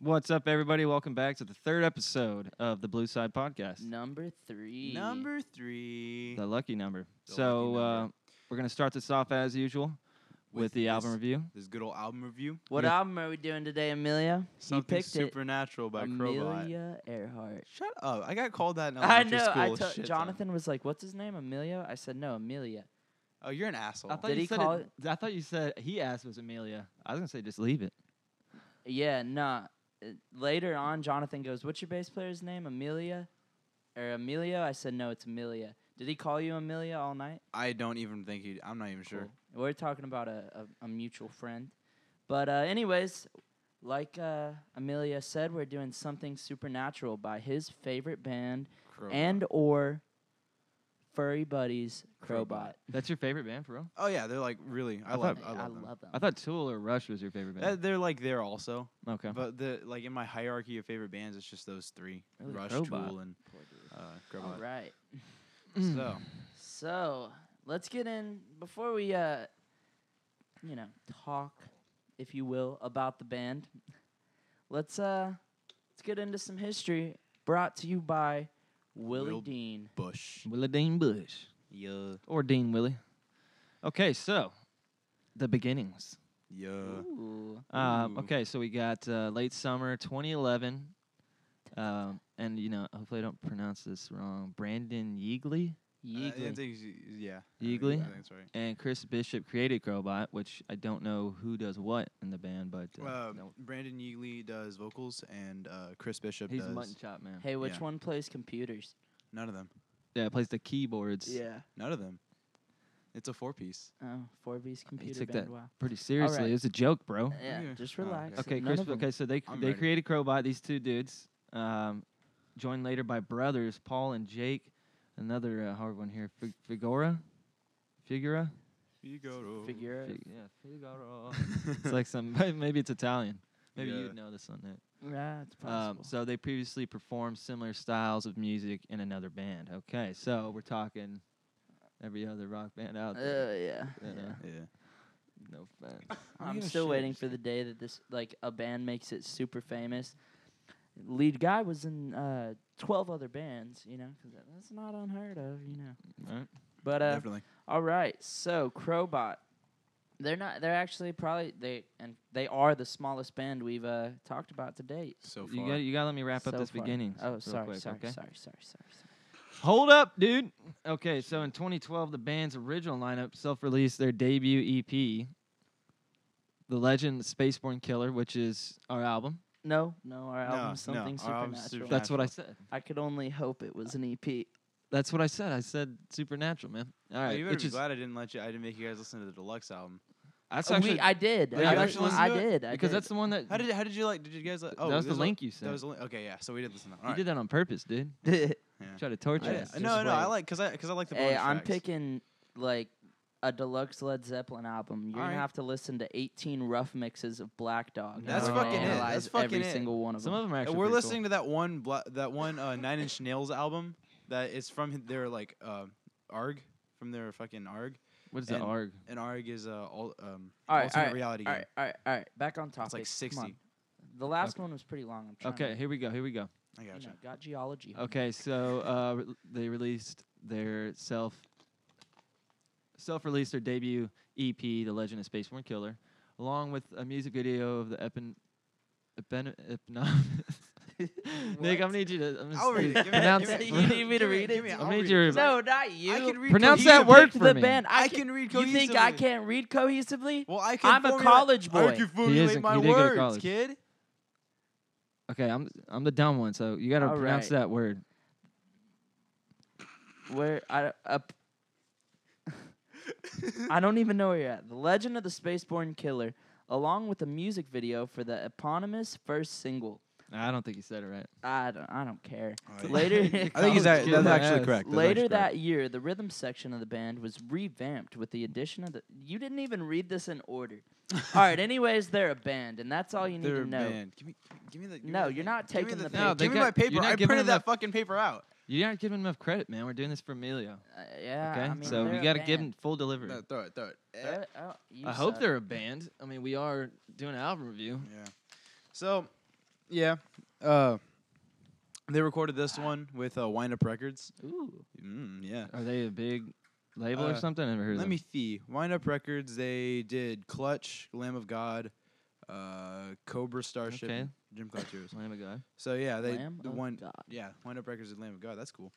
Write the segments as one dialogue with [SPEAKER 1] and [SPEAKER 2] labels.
[SPEAKER 1] What's up, everybody? Welcome back to the third episode of the Blue Side Podcast,
[SPEAKER 2] Number three.
[SPEAKER 3] Number three.
[SPEAKER 1] the lucky number.
[SPEAKER 3] The
[SPEAKER 1] so
[SPEAKER 3] lucky
[SPEAKER 1] Uh,
[SPEAKER 3] number.
[SPEAKER 1] we're gonna start this off as usual with, the album
[SPEAKER 3] this,
[SPEAKER 1] review.
[SPEAKER 3] This good old album review.
[SPEAKER 2] What
[SPEAKER 1] Yeah.
[SPEAKER 2] album are we doing today, Amelia?
[SPEAKER 3] Something
[SPEAKER 2] picked it.
[SPEAKER 3] supernatural by Crowbot.
[SPEAKER 2] Amelia Earhart.
[SPEAKER 3] Shut up! I got called that in
[SPEAKER 2] I
[SPEAKER 3] elementary
[SPEAKER 2] know.
[SPEAKER 3] school.
[SPEAKER 2] I
[SPEAKER 3] a
[SPEAKER 2] told
[SPEAKER 3] shit ton.
[SPEAKER 2] Jonathan was like, "What's his name, Amelia?" I said, "No, Amelia."
[SPEAKER 3] Oh, you're an asshole.
[SPEAKER 1] I thought
[SPEAKER 2] Did
[SPEAKER 1] you
[SPEAKER 2] he
[SPEAKER 1] said
[SPEAKER 2] call
[SPEAKER 1] it, I thought you said he asked was Amelia. I was gonna say just leave it.
[SPEAKER 2] Yeah, nah. Uh, Later on, Jonathan goes, "What's your bass player's name, Amelia?" Or Emilio? I said, "No, it's Amelia." Did he call you Amelia all night?
[SPEAKER 3] I don't even think you. I'm not even sure.
[SPEAKER 2] Cool. We're talking about a, a, a mutual friend. But, uh, anyways, like uh, Amelia said, we're doing something supernatural by his favorite band
[SPEAKER 3] Crowbot.
[SPEAKER 2] and or furry buddies,
[SPEAKER 3] Crowbot.
[SPEAKER 2] Crowbot.
[SPEAKER 1] That's your favorite band, for real?
[SPEAKER 3] oh yeah, they're like really. I,
[SPEAKER 1] I
[SPEAKER 3] love.
[SPEAKER 1] thought-
[SPEAKER 3] I love,
[SPEAKER 2] I
[SPEAKER 3] them.
[SPEAKER 2] love them.
[SPEAKER 1] I thought Tool or Rush was your favorite
[SPEAKER 3] Uh,
[SPEAKER 1] band.
[SPEAKER 3] they're like there also,
[SPEAKER 1] okay.
[SPEAKER 3] but the like in my hierarchy of favorite bands, it's just those three:
[SPEAKER 2] Really?
[SPEAKER 3] Rush,
[SPEAKER 1] Crowbot.
[SPEAKER 3] Tool, and uh,
[SPEAKER 2] All
[SPEAKER 1] Oh,
[SPEAKER 3] Crowbot.
[SPEAKER 2] right.
[SPEAKER 1] Mm.
[SPEAKER 3] So
[SPEAKER 2] So let's get in before we, uh, you know, talk, if you will, about the band. Let's uh, let's get into some history brought to you by Willie
[SPEAKER 3] Will-
[SPEAKER 2] Dean.
[SPEAKER 3] Bush.
[SPEAKER 1] Willie Dean Bush
[SPEAKER 3] Yeah.
[SPEAKER 1] or Dean Willie. Okay, so the beginnings.
[SPEAKER 3] Yeah. Uh,
[SPEAKER 2] Ooh.
[SPEAKER 1] Um,
[SPEAKER 3] Ooh.
[SPEAKER 1] okay, so we got uh, late summer 2011. Um, and, you know, hopefully I don't pronounce this wrong. Brandon Yeagley
[SPEAKER 3] Uh, I
[SPEAKER 2] Yeagley.
[SPEAKER 3] think she- yeah. I think-
[SPEAKER 1] Yeagley?
[SPEAKER 3] I think that's right.
[SPEAKER 1] and Chris Bishop created Crowbot, which I don't know who does what in the band, but uh,
[SPEAKER 3] Uh,
[SPEAKER 1] no.
[SPEAKER 3] Brandon Yeagley does vocals, and uh, Chris Bishop
[SPEAKER 1] he's a
[SPEAKER 3] does
[SPEAKER 1] mutton chop man.
[SPEAKER 2] hey, which
[SPEAKER 3] yeah.
[SPEAKER 2] one plays computers?
[SPEAKER 3] none of them.
[SPEAKER 1] Yeah, plays the keyboards
[SPEAKER 3] None of them. It's a four piece.
[SPEAKER 2] Oh, 4B's computer
[SPEAKER 1] took
[SPEAKER 2] band.
[SPEAKER 1] that-
[SPEAKER 2] Wow.
[SPEAKER 1] pretty seriously.
[SPEAKER 2] right.
[SPEAKER 1] It was a joke, bro.
[SPEAKER 2] Yeah,
[SPEAKER 3] Okay.
[SPEAKER 2] just
[SPEAKER 3] Oh,
[SPEAKER 2] relax.
[SPEAKER 1] Okay,
[SPEAKER 2] None
[SPEAKER 1] Chris.
[SPEAKER 2] of 'em.
[SPEAKER 1] Okay, so they c-
[SPEAKER 3] I'm
[SPEAKER 1] they
[SPEAKER 3] ready.
[SPEAKER 1] created Crowbot. These two dudes, um, joined later by brothers Paul and Jake. Another uh, hard one here. Fig- Figura, Figura.
[SPEAKER 3] Figaro.
[SPEAKER 2] Figure.
[SPEAKER 1] Fig- yeah, Figura. it's like some maybe it's Italian. Maybe
[SPEAKER 3] Yeah.
[SPEAKER 1] you'd know this on that.
[SPEAKER 2] Yeah, it's
[SPEAKER 1] Um,
[SPEAKER 2] possible.
[SPEAKER 1] so they previously performed similar styles of music in another band. Okay, so we're talking every other rock band out there.
[SPEAKER 2] Uh, yeah.
[SPEAKER 1] you know,
[SPEAKER 2] yeah.
[SPEAKER 3] yeah.
[SPEAKER 1] No offense.
[SPEAKER 3] I'm
[SPEAKER 2] I'm
[SPEAKER 3] gonna
[SPEAKER 2] still
[SPEAKER 3] share
[SPEAKER 2] waiting
[SPEAKER 3] this
[SPEAKER 2] for the day that this like a band makes it super famous. Lead guy was in uh, twelve other bands, you know, 'cause that- that's not unheard of, you know.
[SPEAKER 1] Right?
[SPEAKER 2] But uh,
[SPEAKER 3] Definitely.
[SPEAKER 2] all right, so Crowbot, they're not. They're actually probably they and they are the smallest band we've uh, talked about to date.
[SPEAKER 3] So
[SPEAKER 1] You
[SPEAKER 3] far.
[SPEAKER 1] got you got to let me wrap up
[SPEAKER 2] so
[SPEAKER 1] this
[SPEAKER 2] far.
[SPEAKER 1] beginning.
[SPEAKER 2] Oh,
[SPEAKER 1] real
[SPEAKER 2] sorry,
[SPEAKER 1] quick,
[SPEAKER 2] sorry,
[SPEAKER 1] okay?
[SPEAKER 2] sorry, sorry, sorry, sorry.
[SPEAKER 1] Hold up, dude. Okay, so in 2012, the band's original lineup self-released their debut EP, "The Legend Spaceborne Killer," which is our album.
[SPEAKER 2] No, no, our
[SPEAKER 3] No,
[SPEAKER 2] album's
[SPEAKER 3] no,
[SPEAKER 2] something
[SPEAKER 3] our album's
[SPEAKER 2] supernatural.
[SPEAKER 3] supernat-
[SPEAKER 1] That's what I said.
[SPEAKER 2] I could only hope it was an E EP.
[SPEAKER 1] That's what I said. I said supernatural, man. All
[SPEAKER 3] Oh,
[SPEAKER 1] right,
[SPEAKER 3] you better
[SPEAKER 1] which
[SPEAKER 3] be
[SPEAKER 1] is
[SPEAKER 3] glad I didn't let you. I didn't make you guys listen to the deluxe album.
[SPEAKER 1] that's
[SPEAKER 2] Uh, we-
[SPEAKER 1] actually
[SPEAKER 2] I did.
[SPEAKER 1] Did you
[SPEAKER 2] I,
[SPEAKER 1] actually
[SPEAKER 2] listened-
[SPEAKER 3] listen
[SPEAKER 2] I
[SPEAKER 3] to it?
[SPEAKER 2] did. I
[SPEAKER 1] because
[SPEAKER 2] did.
[SPEAKER 1] that's the one that
[SPEAKER 3] How did how did you like? Did you guys like? Oh,
[SPEAKER 1] Mm. that was the
[SPEAKER 3] there's a-
[SPEAKER 1] link you sent.
[SPEAKER 3] That was the link. Okay, yeah. So we did listen. to it. All
[SPEAKER 1] you
[SPEAKER 3] right.
[SPEAKER 1] did that on purpose, dude.
[SPEAKER 3] Yeah.
[SPEAKER 1] Try to torture
[SPEAKER 3] I-
[SPEAKER 1] us.
[SPEAKER 3] I- no,
[SPEAKER 1] Just
[SPEAKER 3] no. I
[SPEAKER 1] wait.
[SPEAKER 3] like because I because I like the.
[SPEAKER 2] Hey,
[SPEAKER 3] bonus
[SPEAKER 2] I'm
[SPEAKER 3] tracks.
[SPEAKER 2] picking like a deluxe Led Zeppelin album. You're gonna
[SPEAKER 3] Alright.
[SPEAKER 2] have to listen to 18 rough mixes of Black Dog. and
[SPEAKER 3] That's
[SPEAKER 2] we're
[SPEAKER 3] fucking
[SPEAKER 2] gonna
[SPEAKER 3] it.
[SPEAKER 2] analyze
[SPEAKER 3] That's fucking
[SPEAKER 2] every
[SPEAKER 3] it.
[SPEAKER 2] single one of
[SPEAKER 1] some
[SPEAKER 2] them.
[SPEAKER 1] of them are
[SPEAKER 3] And
[SPEAKER 1] actually.
[SPEAKER 3] we're
[SPEAKER 1] pretty
[SPEAKER 3] listening to that one bla- that one uh, Nine Inch Nails album that is from hi- their like uh, ARG from their fucking ARG.
[SPEAKER 1] Cool. What is the
[SPEAKER 3] and-
[SPEAKER 1] arg?
[SPEAKER 3] And ARG is uh, all um
[SPEAKER 2] All right,
[SPEAKER 3] alternate
[SPEAKER 2] all right,
[SPEAKER 3] reality
[SPEAKER 2] all
[SPEAKER 3] game.
[SPEAKER 2] right, all right, all right. Back on topic.
[SPEAKER 3] It's like
[SPEAKER 2] Come on.
[SPEAKER 3] 60.
[SPEAKER 2] The last one was pretty long. I'm trying
[SPEAKER 1] Okay,
[SPEAKER 2] To,
[SPEAKER 1] here we go. Here we go.
[SPEAKER 3] I
[SPEAKER 2] you
[SPEAKER 3] gotcha.
[SPEAKER 2] know, got geology.
[SPEAKER 1] Okay, so uh, re- they released their self self released their debut EP, The Legend of Spaceborne Killer, along with a music video of the Epin Epin Epinomis. Nick, I'm
[SPEAKER 2] What?
[SPEAKER 1] gonna need you to I'm gonna
[SPEAKER 3] I'll
[SPEAKER 1] s-
[SPEAKER 3] read it. Give me-
[SPEAKER 1] pronounce
[SPEAKER 3] give
[SPEAKER 2] it.
[SPEAKER 1] re-
[SPEAKER 2] You need me to
[SPEAKER 3] Give
[SPEAKER 2] read it?
[SPEAKER 3] give me-
[SPEAKER 1] I
[SPEAKER 3] I'll
[SPEAKER 1] need
[SPEAKER 3] read
[SPEAKER 1] your-
[SPEAKER 3] it.
[SPEAKER 2] No, not you.
[SPEAKER 3] I can read
[SPEAKER 1] Pronounce
[SPEAKER 2] You
[SPEAKER 1] that
[SPEAKER 2] picked
[SPEAKER 3] cohesively.
[SPEAKER 1] word for
[SPEAKER 2] the
[SPEAKER 1] me.
[SPEAKER 2] band.
[SPEAKER 3] I can read
[SPEAKER 2] You think I
[SPEAKER 3] cohesively.
[SPEAKER 2] can't read cohesively?
[SPEAKER 3] Well, I can
[SPEAKER 2] I'm a
[SPEAKER 3] formulate-
[SPEAKER 2] college boy.
[SPEAKER 3] I can
[SPEAKER 2] He is
[SPEAKER 3] formulate
[SPEAKER 1] a-
[SPEAKER 3] my
[SPEAKER 1] he did go to
[SPEAKER 3] words,
[SPEAKER 1] college.
[SPEAKER 3] kid.
[SPEAKER 1] Okay, I'm I'm the dumb one, so you gotta
[SPEAKER 2] All
[SPEAKER 1] pronounce
[SPEAKER 2] right.
[SPEAKER 1] that word.
[SPEAKER 2] Where I up. I don't even know where you're at. The Legend of the Spaceborne Killer, along with a music video for the eponymous first single.
[SPEAKER 1] I don't think you said it right.
[SPEAKER 2] I don't, I don't care.
[SPEAKER 3] Alright.
[SPEAKER 2] Later,
[SPEAKER 3] I think he's
[SPEAKER 1] College
[SPEAKER 3] act-
[SPEAKER 1] kid
[SPEAKER 3] that's
[SPEAKER 1] that
[SPEAKER 3] actually
[SPEAKER 1] has-
[SPEAKER 3] correct. That's
[SPEAKER 2] later
[SPEAKER 3] actually
[SPEAKER 2] that year, the rhythm section of the band was revamped with the addition of the. You didn't even read this in order. all right. Anyways, they're a band, and that's all you need
[SPEAKER 3] They're
[SPEAKER 2] to know.
[SPEAKER 3] banned. Give me, give me the. give me
[SPEAKER 2] No,
[SPEAKER 3] the thing.
[SPEAKER 2] you're not
[SPEAKER 3] Give me
[SPEAKER 2] taking the
[SPEAKER 3] thing.
[SPEAKER 1] No, they
[SPEAKER 3] give me
[SPEAKER 1] got-
[SPEAKER 3] my paper.
[SPEAKER 1] you're not
[SPEAKER 3] I
[SPEAKER 1] giving
[SPEAKER 3] printed
[SPEAKER 1] them
[SPEAKER 3] that fucking paper out.
[SPEAKER 1] You aren't giving him enough credit, man. We're doing this for Emilio.
[SPEAKER 2] Uh, yeah.
[SPEAKER 1] Okay,
[SPEAKER 2] I mean,
[SPEAKER 1] so
[SPEAKER 2] they're
[SPEAKER 1] we
[SPEAKER 2] a
[SPEAKER 1] gotta give
[SPEAKER 2] band.
[SPEAKER 1] him full delivery.
[SPEAKER 3] No, throw it, throw it. Eh.
[SPEAKER 2] They're- oh, you
[SPEAKER 1] I hope
[SPEAKER 2] suck.
[SPEAKER 1] they're a band. I mean, we are doing an album review.
[SPEAKER 3] Yeah. So, Yeah. Uh, they recorded this one with uh, Wind Up Records.
[SPEAKER 2] Ooh.
[SPEAKER 3] Mm, yeah.
[SPEAKER 1] Are they a big label or
[SPEAKER 3] Uh,
[SPEAKER 1] something? I never heard of
[SPEAKER 3] Let
[SPEAKER 1] them.
[SPEAKER 3] me see. Wind Up Records. They did Clutch, Lamb of God, uh, Cobra Starship,
[SPEAKER 1] Okay.
[SPEAKER 3] and Jim Cloutier.
[SPEAKER 1] Lamb of God.
[SPEAKER 3] So yeah, they
[SPEAKER 2] Lamb
[SPEAKER 3] the
[SPEAKER 2] of
[SPEAKER 3] one
[SPEAKER 2] God.
[SPEAKER 3] yeah Wind Up Records and Lamb of God. That's cool.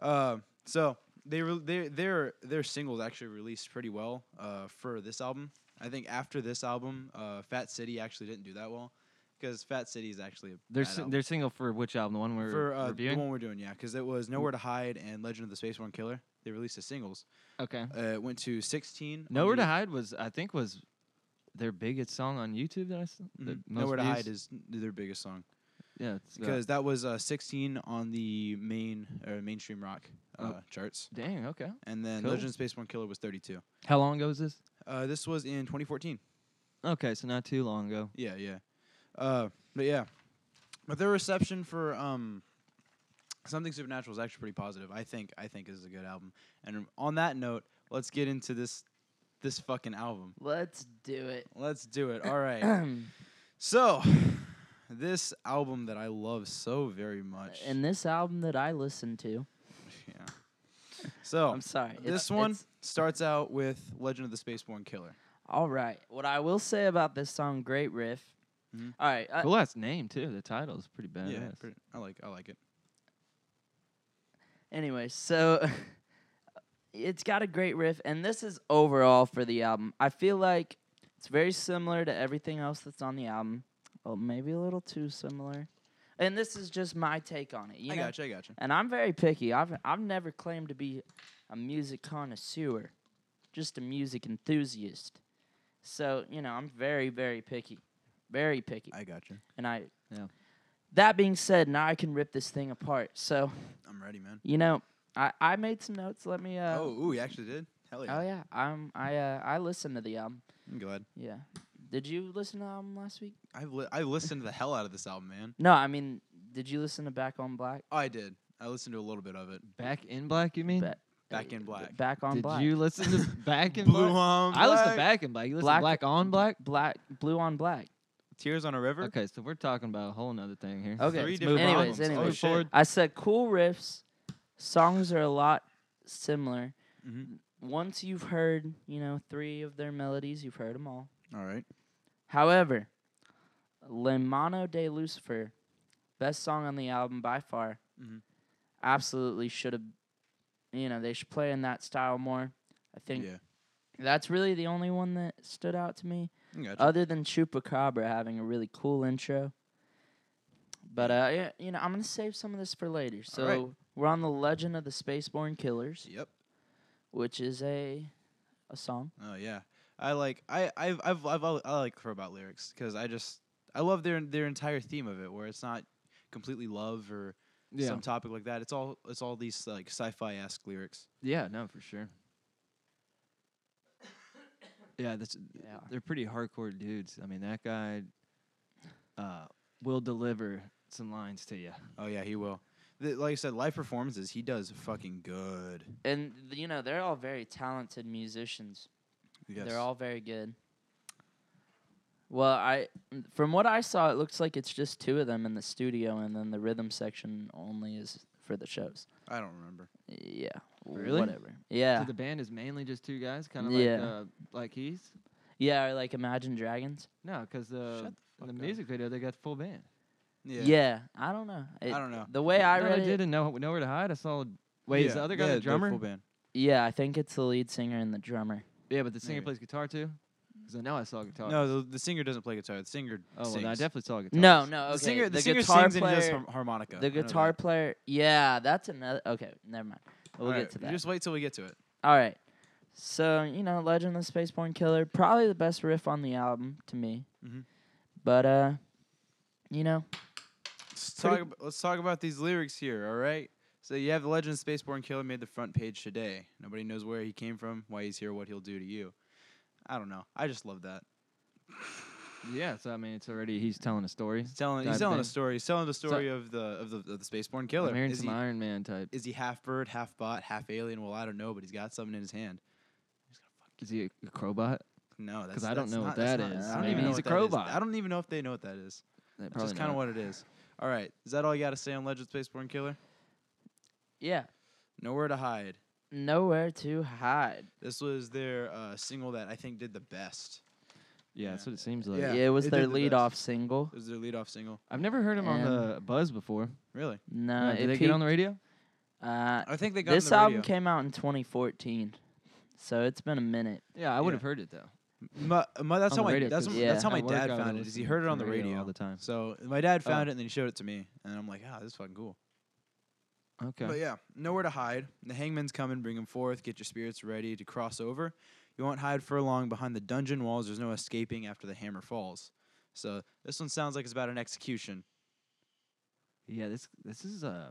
[SPEAKER 3] Uh, so they re- they their their singles actually released pretty well uh, for this album. I think after this album, uh, Fat City actually didn't do that well because Fat City is actually a
[SPEAKER 1] They're
[SPEAKER 3] bad
[SPEAKER 1] si-
[SPEAKER 3] album.
[SPEAKER 1] they're single for which album? The one we're
[SPEAKER 3] for uh, the
[SPEAKER 1] reviewing.
[SPEAKER 3] one we're doing, yeah, because it was Nowhere to Hide and Legend of the Spaceborne Killer. They released as singles.
[SPEAKER 1] okay.
[SPEAKER 3] Uh, it went to 16. on
[SPEAKER 1] Nowhere
[SPEAKER 3] the- e-,
[SPEAKER 1] to hide was I think was their biggest song on YouTube that I s- the
[SPEAKER 3] Mhm.
[SPEAKER 1] most
[SPEAKER 3] Nowhere to Hide
[SPEAKER 1] views.
[SPEAKER 3] is n- their biggest song
[SPEAKER 1] yeah it's about-
[SPEAKER 3] because that was uh, 16 on the main or mainstream rock uh,
[SPEAKER 1] Oh.
[SPEAKER 3] charts,
[SPEAKER 1] dang okay
[SPEAKER 3] and then
[SPEAKER 1] Cool.
[SPEAKER 3] Legend of Spaceborne Killer was 32.
[SPEAKER 1] how long ago was this
[SPEAKER 3] Uh, this was in 2014.
[SPEAKER 1] okay so not too long ago
[SPEAKER 3] Yeah, yeah. Uh, but yeah, but their reception for um, something supernatural is actually pretty positive. I think I think is a good album. And um, on that note, let's get into this this fucking album.
[SPEAKER 2] Let's do it.
[SPEAKER 3] Let's do it. All right. So, this album that I love so very much.
[SPEAKER 2] and this album that I listened to,
[SPEAKER 3] yeah. So
[SPEAKER 2] I'm sorry. it's-
[SPEAKER 3] Oh, this one
[SPEAKER 2] it's-
[SPEAKER 3] starts out with Legend of the Spaceborne Killer.
[SPEAKER 2] all right. What I will say about this song, great riff.
[SPEAKER 3] Mhm.
[SPEAKER 2] All right. uh, I,
[SPEAKER 1] cool last name too the title is pretty badass
[SPEAKER 3] yeah, pretty- I like I like it.
[SPEAKER 2] Anyway, so it's got a great riff, and this is overall for the album. I feel like it's very similar to everything else that's on the album. Oh, maybe a little too similar. And this is just my take on it. You
[SPEAKER 3] I
[SPEAKER 2] know?
[SPEAKER 3] gotcha. I gotcha.
[SPEAKER 2] And I'm very picky. I've I've never claimed to be a music connoisseur, just a music enthusiast. So you know, I'm very very picky, very picky.
[SPEAKER 3] I gotcha.
[SPEAKER 2] and I,
[SPEAKER 1] Yeah.
[SPEAKER 2] that being said, now I can rip this thing apart. So
[SPEAKER 3] I'm ready, man.
[SPEAKER 2] you know, I I made some notes. Let me.
[SPEAKER 1] Um,
[SPEAKER 2] Uh,
[SPEAKER 3] oh, ooh, you actually did. Hell yeah.
[SPEAKER 2] oh yeah. I'm I uh, I listened to the album.
[SPEAKER 3] I'm glad.
[SPEAKER 2] Yeah. Did you listen to the album last week?
[SPEAKER 3] I've li- I listened to the hell out of this album, man.
[SPEAKER 2] No, I mean, did you listen to Back on Black?
[SPEAKER 3] Oh, I did. I listened to a little bit of it.
[SPEAKER 1] back in black you mean
[SPEAKER 2] Ba-
[SPEAKER 3] Back
[SPEAKER 2] uh,
[SPEAKER 3] in Black.
[SPEAKER 2] Back on
[SPEAKER 1] did
[SPEAKER 2] Black.
[SPEAKER 1] you listen to back in
[SPEAKER 3] Blue
[SPEAKER 1] black
[SPEAKER 3] on
[SPEAKER 1] I listened to
[SPEAKER 3] Black,
[SPEAKER 1] back in black you listen
[SPEAKER 2] Black-
[SPEAKER 1] to black on black
[SPEAKER 2] Black Blue on Black.
[SPEAKER 3] Tears on a River.
[SPEAKER 1] okay so we're talking about a whole nother thing here
[SPEAKER 2] Okay,
[SPEAKER 3] Three
[SPEAKER 1] let's
[SPEAKER 3] different
[SPEAKER 1] move on.
[SPEAKER 3] albums.
[SPEAKER 2] Anyways,
[SPEAKER 1] Let's
[SPEAKER 2] anyways.
[SPEAKER 1] move
[SPEAKER 3] Oh, shit.
[SPEAKER 1] forward
[SPEAKER 2] I said cool riffs. Songs are a lot similar.
[SPEAKER 3] Mhm.
[SPEAKER 2] Once you've heard, you know, three of their melodies, you've heard them all.
[SPEAKER 3] All right.
[SPEAKER 2] However, Le Mano de Lucifer, best song on the album by far,
[SPEAKER 3] Mhm.
[SPEAKER 2] absolutely should have, you know, they should play in that style more. I think
[SPEAKER 3] Yeah.
[SPEAKER 2] that's really the only one that stood out to me,
[SPEAKER 3] I gotcha.
[SPEAKER 1] Uh,
[SPEAKER 2] other than Chupacabra having a really cool intro. But, uh, yeah, you know, I'm going to save some of this for later. So
[SPEAKER 3] Alright.
[SPEAKER 2] we're on The Legend of the Spaceborne Killers,
[SPEAKER 3] yep.
[SPEAKER 2] which is a a song.
[SPEAKER 3] Oh yeah, I like I I've I've, I've al- I like Crowbot lyrics because I just I love their their entire theme of it where it's not completely love or
[SPEAKER 1] yeah
[SPEAKER 3] some topic like that. It's all it's all these like sci-fi esque lyrics.
[SPEAKER 1] yeah no for sure yeah that's
[SPEAKER 2] Yeah.
[SPEAKER 1] they're pretty hardcore dudes. I mean, that guy uh, will deliver some lines to you.
[SPEAKER 3] Oh yeah, he will. The, like I said, live performances he does fucking good.
[SPEAKER 2] And, th- you know, they're all very talented musicians.
[SPEAKER 3] Yes.
[SPEAKER 2] They're all very good. Well, I from what I saw, it looks like it's just two of them in the studio, and then the rhythm section only is for the shows.
[SPEAKER 3] I don't remember.
[SPEAKER 2] Yeah,
[SPEAKER 1] Really?
[SPEAKER 2] whatever.
[SPEAKER 1] So
[SPEAKER 2] Yeah,
[SPEAKER 1] the band is mainly just two guys, kind of like
[SPEAKER 2] Yeah.
[SPEAKER 1] uh, like he's
[SPEAKER 2] yeah, or like Imagine Dragons.
[SPEAKER 1] no, because uh,
[SPEAKER 3] Shut
[SPEAKER 1] in the
[SPEAKER 3] fuck up.
[SPEAKER 1] music video they got full band.
[SPEAKER 2] Yeah,
[SPEAKER 3] Yeah.
[SPEAKER 2] I don't know. It-
[SPEAKER 3] don't know.
[SPEAKER 2] The way I
[SPEAKER 1] no,
[SPEAKER 2] read
[SPEAKER 1] I
[SPEAKER 2] it,
[SPEAKER 1] didn't know nowhere to hide. I saw. Wait, is
[SPEAKER 3] Yeah,
[SPEAKER 1] the other
[SPEAKER 3] yeah,
[SPEAKER 1] guy the
[SPEAKER 3] they're
[SPEAKER 1] drummer?
[SPEAKER 3] Full band.
[SPEAKER 2] yeah, I think it's the lead singer and the drummer.
[SPEAKER 1] Yeah, but the singer
[SPEAKER 3] Maybe.
[SPEAKER 1] plays guitar too. Because I know I saw guitar.
[SPEAKER 3] No, the, the singer doesn't play guitar. The singer
[SPEAKER 1] oh well,
[SPEAKER 3] sings.
[SPEAKER 1] no, I definitely saw guitar.
[SPEAKER 2] No, no, okay.
[SPEAKER 3] the singer the, singer
[SPEAKER 2] guitar
[SPEAKER 3] sings
[SPEAKER 2] player,
[SPEAKER 3] and he does har- harmonica. I
[SPEAKER 2] the
[SPEAKER 3] know
[SPEAKER 2] guitar
[SPEAKER 3] that.
[SPEAKER 2] player. Yeah, that's another. Okay, never mind. We'll
[SPEAKER 3] Alright,
[SPEAKER 2] get to that.
[SPEAKER 3] Just wait till we get to it.
[SPEAKER 2] All right. So, you know, Legend of the Spaceborne Killer, probably the best riff on the album to me.
[SPEAKER 3] Mhm.
[SPEAKER 2] But, uh, you know,
[SPEAKER 3] Let's
[SPEAKER 2] Pretty-
[SPEAKER 3] talk. About, let's talk about these lyrics here. All right. So you have the legend of Spaceborne Killer made the front page today. Nobody knows where he came from, why he's here, what he'll do to you. I don't know. I just love that.
[SPEAKER 1] Yeah, so I mean, it's already he's telling a story.
[SPEAKER 3] He's telling.
[SPEAKER 1] Type
[SPEAKER 3] He's telling
[SPEAKER 1] thing.
[SPEAKER 3] a story. He's telling the story of the of the of the Spaceborne Killer.
[SPEAKER 1] I'm hearing
[SPEAKER 3] Is
[SPEAKER 1] some
[SPEAKER 3] he,
[SPEAKER 1] Iron Man type.
[SPEAKER 3] is he half bird, half bot, half alien? Well, I don't know, but he's got something in his hand. He's gonna fuck
[SPEAKER 1] Is he a, a crowbot?
[SPEAKER 3] you. No, because
[SPEAKER 1] I don't know what
[SPEAKER 3] that
[SPEAKER 1] that
[SPEAKER 3] is.
[SPEAKER 1] is.
[SPEAKER 3] I don't
[SPEAKER 2] Maybe
[SPEAKER 3] even know
[SPEAKER 2] he's
[SPEAKER 3] what
[SPEAKER 1] a
[SPEAKER 3] that is.
[SPEAKER 1] crowbot.
[SPEAKER 3] I don't even know if they know what that is.
[SPEAKER 1] That
[SPEAKER 3] That's
[SPEAKER 1] probably
[SPEAKER 3] just kind of
[SPEAKER 1] not.
[SPEAKER 3] what it is. All right, is that all you got to say on Legend Spaceborne Killer?
[SPEAKER 2] Yeah.
[SPEAKER 3] Nowhere to hide.
[SPEAKER 2] Nowhere to hide.
[SPEAKER 3] This was their uh, single that I think did the best.
[SPEAKER 1] Yeah, that's what it seems like.
[SPEAKER 3] Yeah,
[SPEAKER 2] Yeah, it was
[SPEAKER 3] it
[SPEAKER 2] their
[SPEAKER 3] did the
[SPEAKER 2] lead
[SPEAKER 3] best.
[SPEAKER 2] off single.
[SPEAKER 3] It was their leadoff single.
[SPEAKER 1] I've never heard him on
[SPEAKER 2] And-
[SPEAKER 1] the Buzz before.
[SPEAKER 3] Really?
[SPEAKER 2] No,
[SPEAKER 1] Yeah,
[SPEAKER 2] it
[SPEAKER 1] did they get on the
[SPEAKER 2] peaked-
[SPEAKER 1] radio?
[SPEAKER 2] uh,
[SPEAKER 3] I think they got on
[SPEAKER 2] this
[SPEAKER 3] the
[SPEAKER 2] album
[SPEAKER 3] radio.
[SPEAKER 2] came out in 2014, so it's been a minute.
[SPEAKER 1] Yeah, I would
[SPEAKER 3] Yeah.
[SPEAKER 1] have heard it though.
[SPEAKER 3] My, my, that's
[SPEAKER 1] On
[SPEAKER 3] how
[SPEAKER 1] the
[SPEAKER 3] my
[SPEAKER 1] radio,
[SPEAKER 3] that's,
[SPEAKER 1] 'cause
[SPEAKER 3] m- that's how
[SPEAKER 1] at
[SPEAKER 3] my
[SPEAKER 1] work
[SPEAKER 3] dad
[SPEAKER 1] I would
[SPEAKER 3] found it. Is he
[SPEAKER 1] listen
[SPEAKER 3] heard it
[SPEAKER 1] to
[SPEAKER 3] on the radio.
[SPEAKER 1] all the time.
[SPEAKER 3] So my dad
[SPEAKER 1] Oh.
[SPEAKER 3] found it and then he showed it to me, and I'm like, ah, this is fucking cool.
[SPEAKER 1] Okay.
[SPEAKER 3] But yeah, nowhere to hide. The hangman's coming, bring him forth. Get your spirits ready to cross over. You won't hide for long behind the dungeon walls. There's no escaping after the hammer falls. So this one sounds like it's about an execution.
[SPEAKER 1] Yeah, this this is uh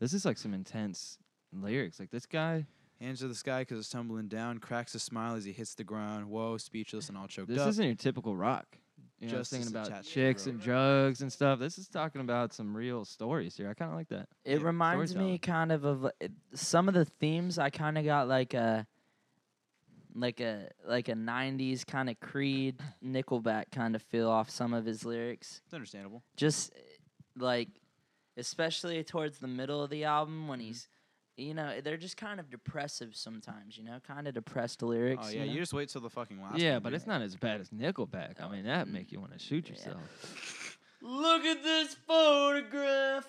[SPEAKER 1] this is like some intense lyrics. Like this guy,
[SPEAKER 3] Hands to the sky because it's tumbling down. Cracks a smile as he hits the ground. Whoa, speechless and all choked
[SPEAKER 1] this
[SPEAKER 3] up.
[SPEAKER 1] isn't your typical rock. You know,
[SPEAKER 3] Justice
[SPEAKER 1] just thinking about
[SPEAKER 3] attachment,
[SPEAKER 1] chicks
[SPEAKER 3] bro.
[SPEAKER 1] and drugs and stuff. This is talking about some real stories here. I kind of like that.
[SPEAKER 2] It
[SPEAKER 3] Yeah,
[SPEAKER 2] reminds me
[SPEAKER 1] storytelling.
[SPEAKER 2] kind of of uh, it- some of the themes. I kind of got like a like a like a 90s kind of Creed Nickelback kind of feel off some of his lyrics.
[SPEAKER 3] it's understandable.
[SPEAKER 2] Just eh, like especially towards the middle of the album
[SPEAKER 3] Mm-hmm.
[SPEAKER 2] when he's you know, they're just kind of depressive sometimes, you know, kind of depressed lyrics.
[SPEAKER 3] Oh yeah,
[SPEAKER 2] you know?
[SPEAKER 3] you just wait till the fucking last.
[SPEAKER 1] yeah,
[SPEAKER 3] one,
[SPEAKER 1] but
[SPEAKER 3] dude.
[SPEAKER 1] it's not as bad as Nickelback. I mean, that make you want to shoot
[SPEAKER 2] Yeah.
[SPEAKER 1] yourself.
[SPEAKER 2] Look at this photograph.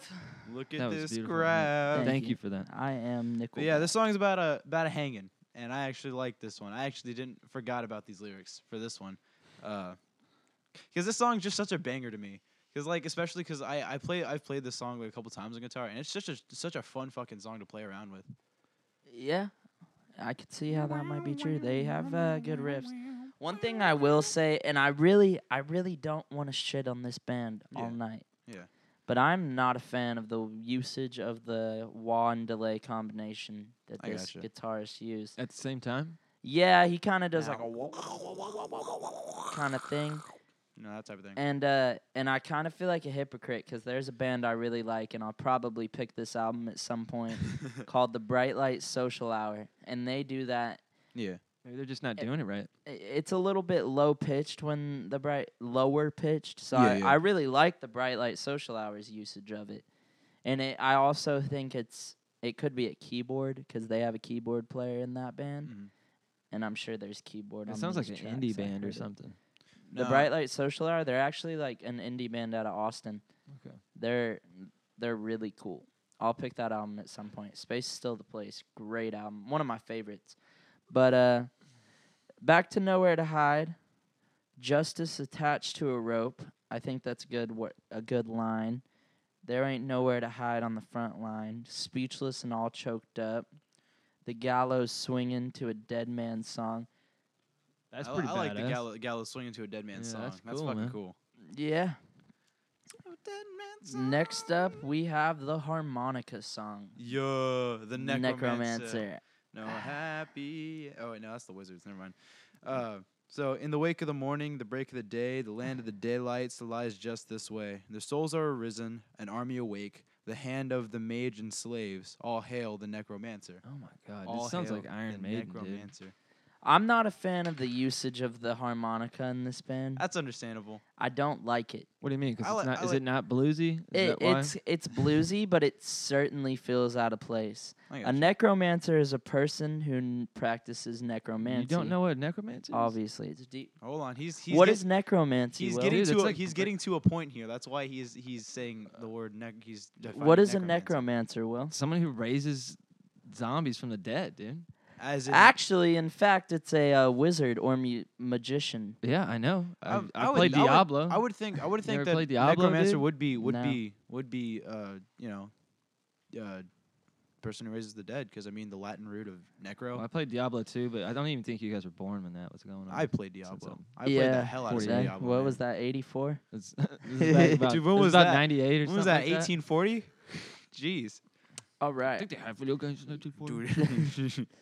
[SPEAKER 3] Look at
[SPEAKER 1] That was
[SPEAKER 3] this
[SPEAKER 1] beautiful, man.
[SPEAKER 3] graph.
[SPEAKER 1] Thank,
[SPEAKER 2] Thank
[SPEAKER 1] you.
[SPEAKER 2] you.
[SPEAKER 1] for that.
[SPEAKER 2] I am Nickelback.
[SPEAKER 3] But yeah, this song's about a about a hanging, and I actually like this one. I actually didn't forgot about these lyrics for this one, because this song's just such a banger to me. Because like especially because I I play I've played this song like a couple times on guitar, and it's just a, such a fun fucking song to play around with.
[SPEAKER 2] Yeah, I could see how that might be true. They have uh, good riffs. One thing I will say, and I really, I really don't want to shit on this band
[SPEAKER 3] Yeah.
[SPEAKER 2] all night.
[SPEAKER 3] Yeah.
[SPEAKER 2] But I'm not a fan of the usage of the wah and delay combination that
[SPEAKER 3] I
[SPEAKER 2] this
[SPEAKER 3] gotcha.
[SPEAKER 2] guitarist used.
[SPEAKER 1] At the same time,
[SPEAKER 2] Yeah, he kind of does
[SPEAKER 3] Nah.
[SPEAKER 2] like a kind of thing,
[SPEAKER 3] You know that type of thing.
[SPEAKER 2] and uh, and I kind of feel like a hypocrite because there's a band I really like, and I'll probably pick this album at some point called the Bright Light Social Hour, and they do that
[SPEAKER 3] yeah,
[SPEAKER 1] maybe they're just not
[SPEAKER 2] Eh.
[SPEAKER 1] doing it right.
[SPEAKER 2] i- it's a little bit low pitched when the bright lower pitched. So
[SPEAKER 3] Yeah,
[SPEAKER 2] I,
[SPEAKER 3] yeah.
[SPEAKER 2] I really like the bright light social hours usage of it, and it, I also think it's it could be a keyboard because they have a keyboard player in that band,
[SPEAKER 3] Mhm.
[SPEAKER 2] and I'm sure there's keyboard.
[SPEAKER 1] It
[SPEAKER 2] on
[SPEAKER 1] Mm-hmm. sounds like an indie
[SPEAKER 2] these tracks, I
[SPEAKER 1] band or
[SPEAKER 2] heard it.
[SPEAKER 1] something.
[SPEAKER 2] The
[SPEAKER 3] No.
[SPEAKER 2] bright light social hour. They're actually like an indie band out of Austin.
[SPEAKER 1] Okay.
[SPEAKER 2] They're they're really cool. I'll pick that album at some point. Space is still the place. Great album. One of my favorites. But uh back to nowhere to hide. Justice attached to a rope. I think that's good what a good line. There ain't nowhere to hide on the front line. Speechless and all choked up. The gallows swinging to a dead man's song.
[SPEAKER 1] That's
[SPEAKER 3] I,
[SPEAKER 1] pretty
[SPEAKER 3] I
[SPEAKER 1] badass.
[SPEAKER 3] like the gallows gallows swinging to a dead man's
[SPEAKER 1] Yeah,
[SPEAKER 3] song.
[SPEAKER 1] that's
[SPEAKER 3] That's,
[SPEAKER 1] cool,
[SPEAKER 3] fucking
[SPEAKER 1] man.
[SPEAKER 3] cool.
[SPEAKER 2] Yeah.
[SPEAKER 3] Dead man's
[SPEAKER 2] Next up, we have the harmonica song.
[SPEAKER 3] Yo, the
[SPEAKER 2] Necromancer.
[SPEAKER 3] No
[SPEAKER 1] Ah.
[SPEAKER 3] happy. Oh wait, no, that's the Wizards. Never mind.
[SPEAKER 1] Hmm.
[SPEAKER 3] Uh, so in the wake of the morning, the break of the day, the land of the daylights, the lies just this way. Their souls are arisen, an army awake. The hand of the mage and slaves. All hail the necromancer.
[SPEAKER 1] Oh my god,
[SPEAKER 3] All
[SPEAKER 1] this sounds
[SPEAKER 3] hail
[SPEAKER 1] like Iron
[SPEAKER 3] the
[SPEAKER 1] Maiden, dude.
[SPEAKER 3] necromancer.
[SPEAKER 2] I'm not a fan of the usage of the harmonica in this band.
[SPEAKER 3] That's understandable.
[SPEAKER 2] I don't like it.
[SPEAKER 1] What do you mean? 'Cause
[SPEAKER 3] I
[SPEAKER 1] it's
[SPEAKER 3] like-
[SPEAKER 1] not,
[SPEAKER 3] I
[SPEAKER 1] is
[SPEAKER 3] like-
[SPEAKER 1] it not bluesy? Is
[SPEAKER 2] it
[SPEAKER 1] that why?
[SPEAKER 2] it's it's bluesy, but it certainly feels out of place.
[SPEAKER 3] I
[SPEAKER 2] A
[SPEAKER 3] gotcha.
[SPEAKER 2] necromancer is a person who n- practices necromancy.
[SPEAKER 1] you don't know what necromancy is?
[SPEAKER 2] Obviously, it's deep.
[SPEAKER 3] Hold on. He's he's
[SPEAKER 2] What
[SPEAKER 3] get-
[SPEAKER 2] is necromancy?
[SPEAKER 3] he's
[SPEAKER 2] Will?
[SPEAKER 3] getting
[SPEAKER 1] Dude,
[SPEAKER 3] to
[SPEAKER 1] it's
[SPEAKER 3] a,
[SPEAKER 1] like
[SPEAKER 3] he's
[SPEAKER 1] the-
[SPEAKER 3] getting to a point here. That's why he's he's saying the word nec. He's defining
[SPEAKER 2] what is a
[SPEAKER 3] necromancer.
[SPEAKER 2] necromancer? Will
[SPEAKER 1] Someone who raises zombies from the dead, dude.
[SPEAKER 3] As in,
[SPEAKER 2] actually, in fact, it's a uh, wizard or mu- magician.
[SPEAKER 1] Yeah, I know. I,
[SPEAKER 3] I'm-
[SPEAKER 1] I,
[SPEAKER 3] would-
[SPEAKER 1] played
[SPEAKER 3] would-
[SPEAKER 1] Diablo.
[SPEAKER 3] I would think. I would think
[SPEAKER 1] ever
[SPEAKER 3] that
[SPEAKER 1] played Diablo,
[SPEAKER 3] Necromancer
[SPEAKER 1] dude?
[SPEAKER 3] would be would
[SPEAKER 2] No.
[SPEAKER 3] be would be uh you know, uh, person who raises the dead because I mean the Latin root of necro.
[SPEAKER 1] Well, I played Diablo too, but I don't even think you guys were born when that was going on.
[SPEAKER 3] I played
[SPEAKER 1] Since
[SPEAKER 3] Diablo.
[SPEAKER 1] I'm-
[SPEAKER 3] I played the hell out of
[SPEAKER 1] was
[SPEAKER 3] some
[SPEAKER 1] that-
[SPEAKER 3] Diablo.
[SPEAKER 2] What
[SPEAKER 3] man.
[SPEAKER 2] was that? Eighty four.
[SPEAKER 1] It's, this is back about,
[SPEAKER 3] Dude, when
[SPEAKER 1] this
[SPEAKER 3] was
[SPEAKER 1] about
[SPEAKER 3] that?
[SPEAKER 1] 98 or
[SPEAKER 3] When was that?
[SPEAKER 1] something. like
[SPEAKER 3] Eighteen forty. Jeez,
[SPEAKER 2] All
[SPEAKER 1] I
[SPEAKER 2] right.
[SPEAKER 1] think they have video games in 1940.
[SPEAKER 3] dude.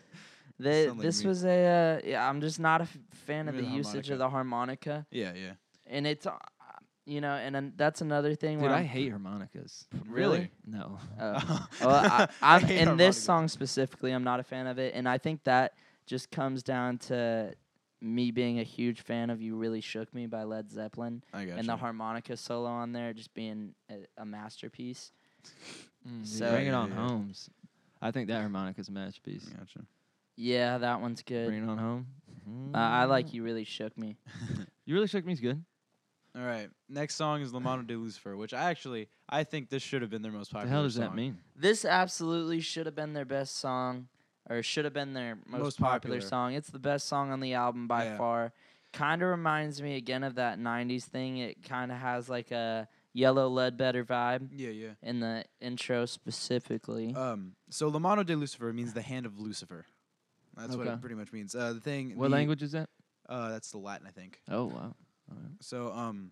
[SPEAKER 2] The,
[SPEAKER 3] Sound like
[SPEAKER 2] this
[SPEAKER 3] me.
[SPEAKER 2] was a uh, yeah. I'm just not a f- fan of
[SPEAKER 3] Maybe
[SPEAKER 2] the,
[SPEAKER 3] the
[SPEAKER 2] usage
[SPEAKER 3] harmonica.
[SPEAKER 2] of the harmonica,
[SPEAKER 3] yeah, yeah.
[SPEAKER 2] and it's uh, you know, and then that's another thing.
[SPEAKER 1] Dude,
[SPEAKER 2] where
[SPEAKER 1] I
[SPEAKER 2] I'm-
[SPEAKER 1] hate harmonicas.
[SPEAKER 3] Really?
[SPEAKER 1] No.
[SPEAKER 2] oh. well, I, I'm
[SPEAKER 3] hate
[SPEAKER 2] in this
[SPEAKER 3] harmonicas.
[SPEAKER 2] song specifically. I'm not a fan of it, and I think that just comes down to me being a huge fan of "You Really Shook Me" by Led Zeppelin,
[SPEAKER 3] I got
[SPEAKER 2] and the harmonica solo on there just being a, a masterpiece.
[SPEAKER 1] Mm, dude,
[SPEAKER 2] So-
[SPEAKER 1] bring it on
[SPEAKER 3] Yeah.
[SPEAKER 1] homes. I think that harmonica's a masterpiece.
[SPEAKER 3] Gotcha.
[SPEAKER 2] Yeah, that one's good.
[SPEAKER 1] Bring it on home.
[SPEAKER 2] Uh, I like "You Really Shook Me."
[SPEAKER 1] You really shook me's good.
[SPEAKER 3] All right. Next song is Lamano de Lucifer, which I actually I think this should have been their most
[SPEAKER 1] What
[SPEAKER 3] popular.
[SPEAKER 1] the hell does
[SPEAKER 3] song.
[SPEAKER 1] that mean?
[SPEAKER 2] This absolutely should have been their best song, or should have been their most,
[SPEAKER 3] Most
[SPEAKER 2] popular.
[SPEAKER 3] popular.
[SPEAKER 2] song. It's the best song on the album by
[SPEAKER 3] Yeah.
[SPEAKER 2] far. Kind of reminds me again of that '90s thing. It kind of has like a yellow lead better vibe
[SPEAKER 3] Yeah, yeah.
[SPEAKER 2] in the intro specifically.
[SPEAKER 3] Um, so Lamano de Lucifer means the hand of Lucifer. That's what
[SPEAKER 1] Okay.
[SPEAKER 3] it pretty much means. Uh, the thing.
[SPEAKER 1] What
[SPEAKER 3] the-
[SPEAKER 1] language is that?
[SPEAKER 3] Uh, that's the Latin, I think.
[SPEAKER 1] Oh wow.
[SPEAKER 3] So, um,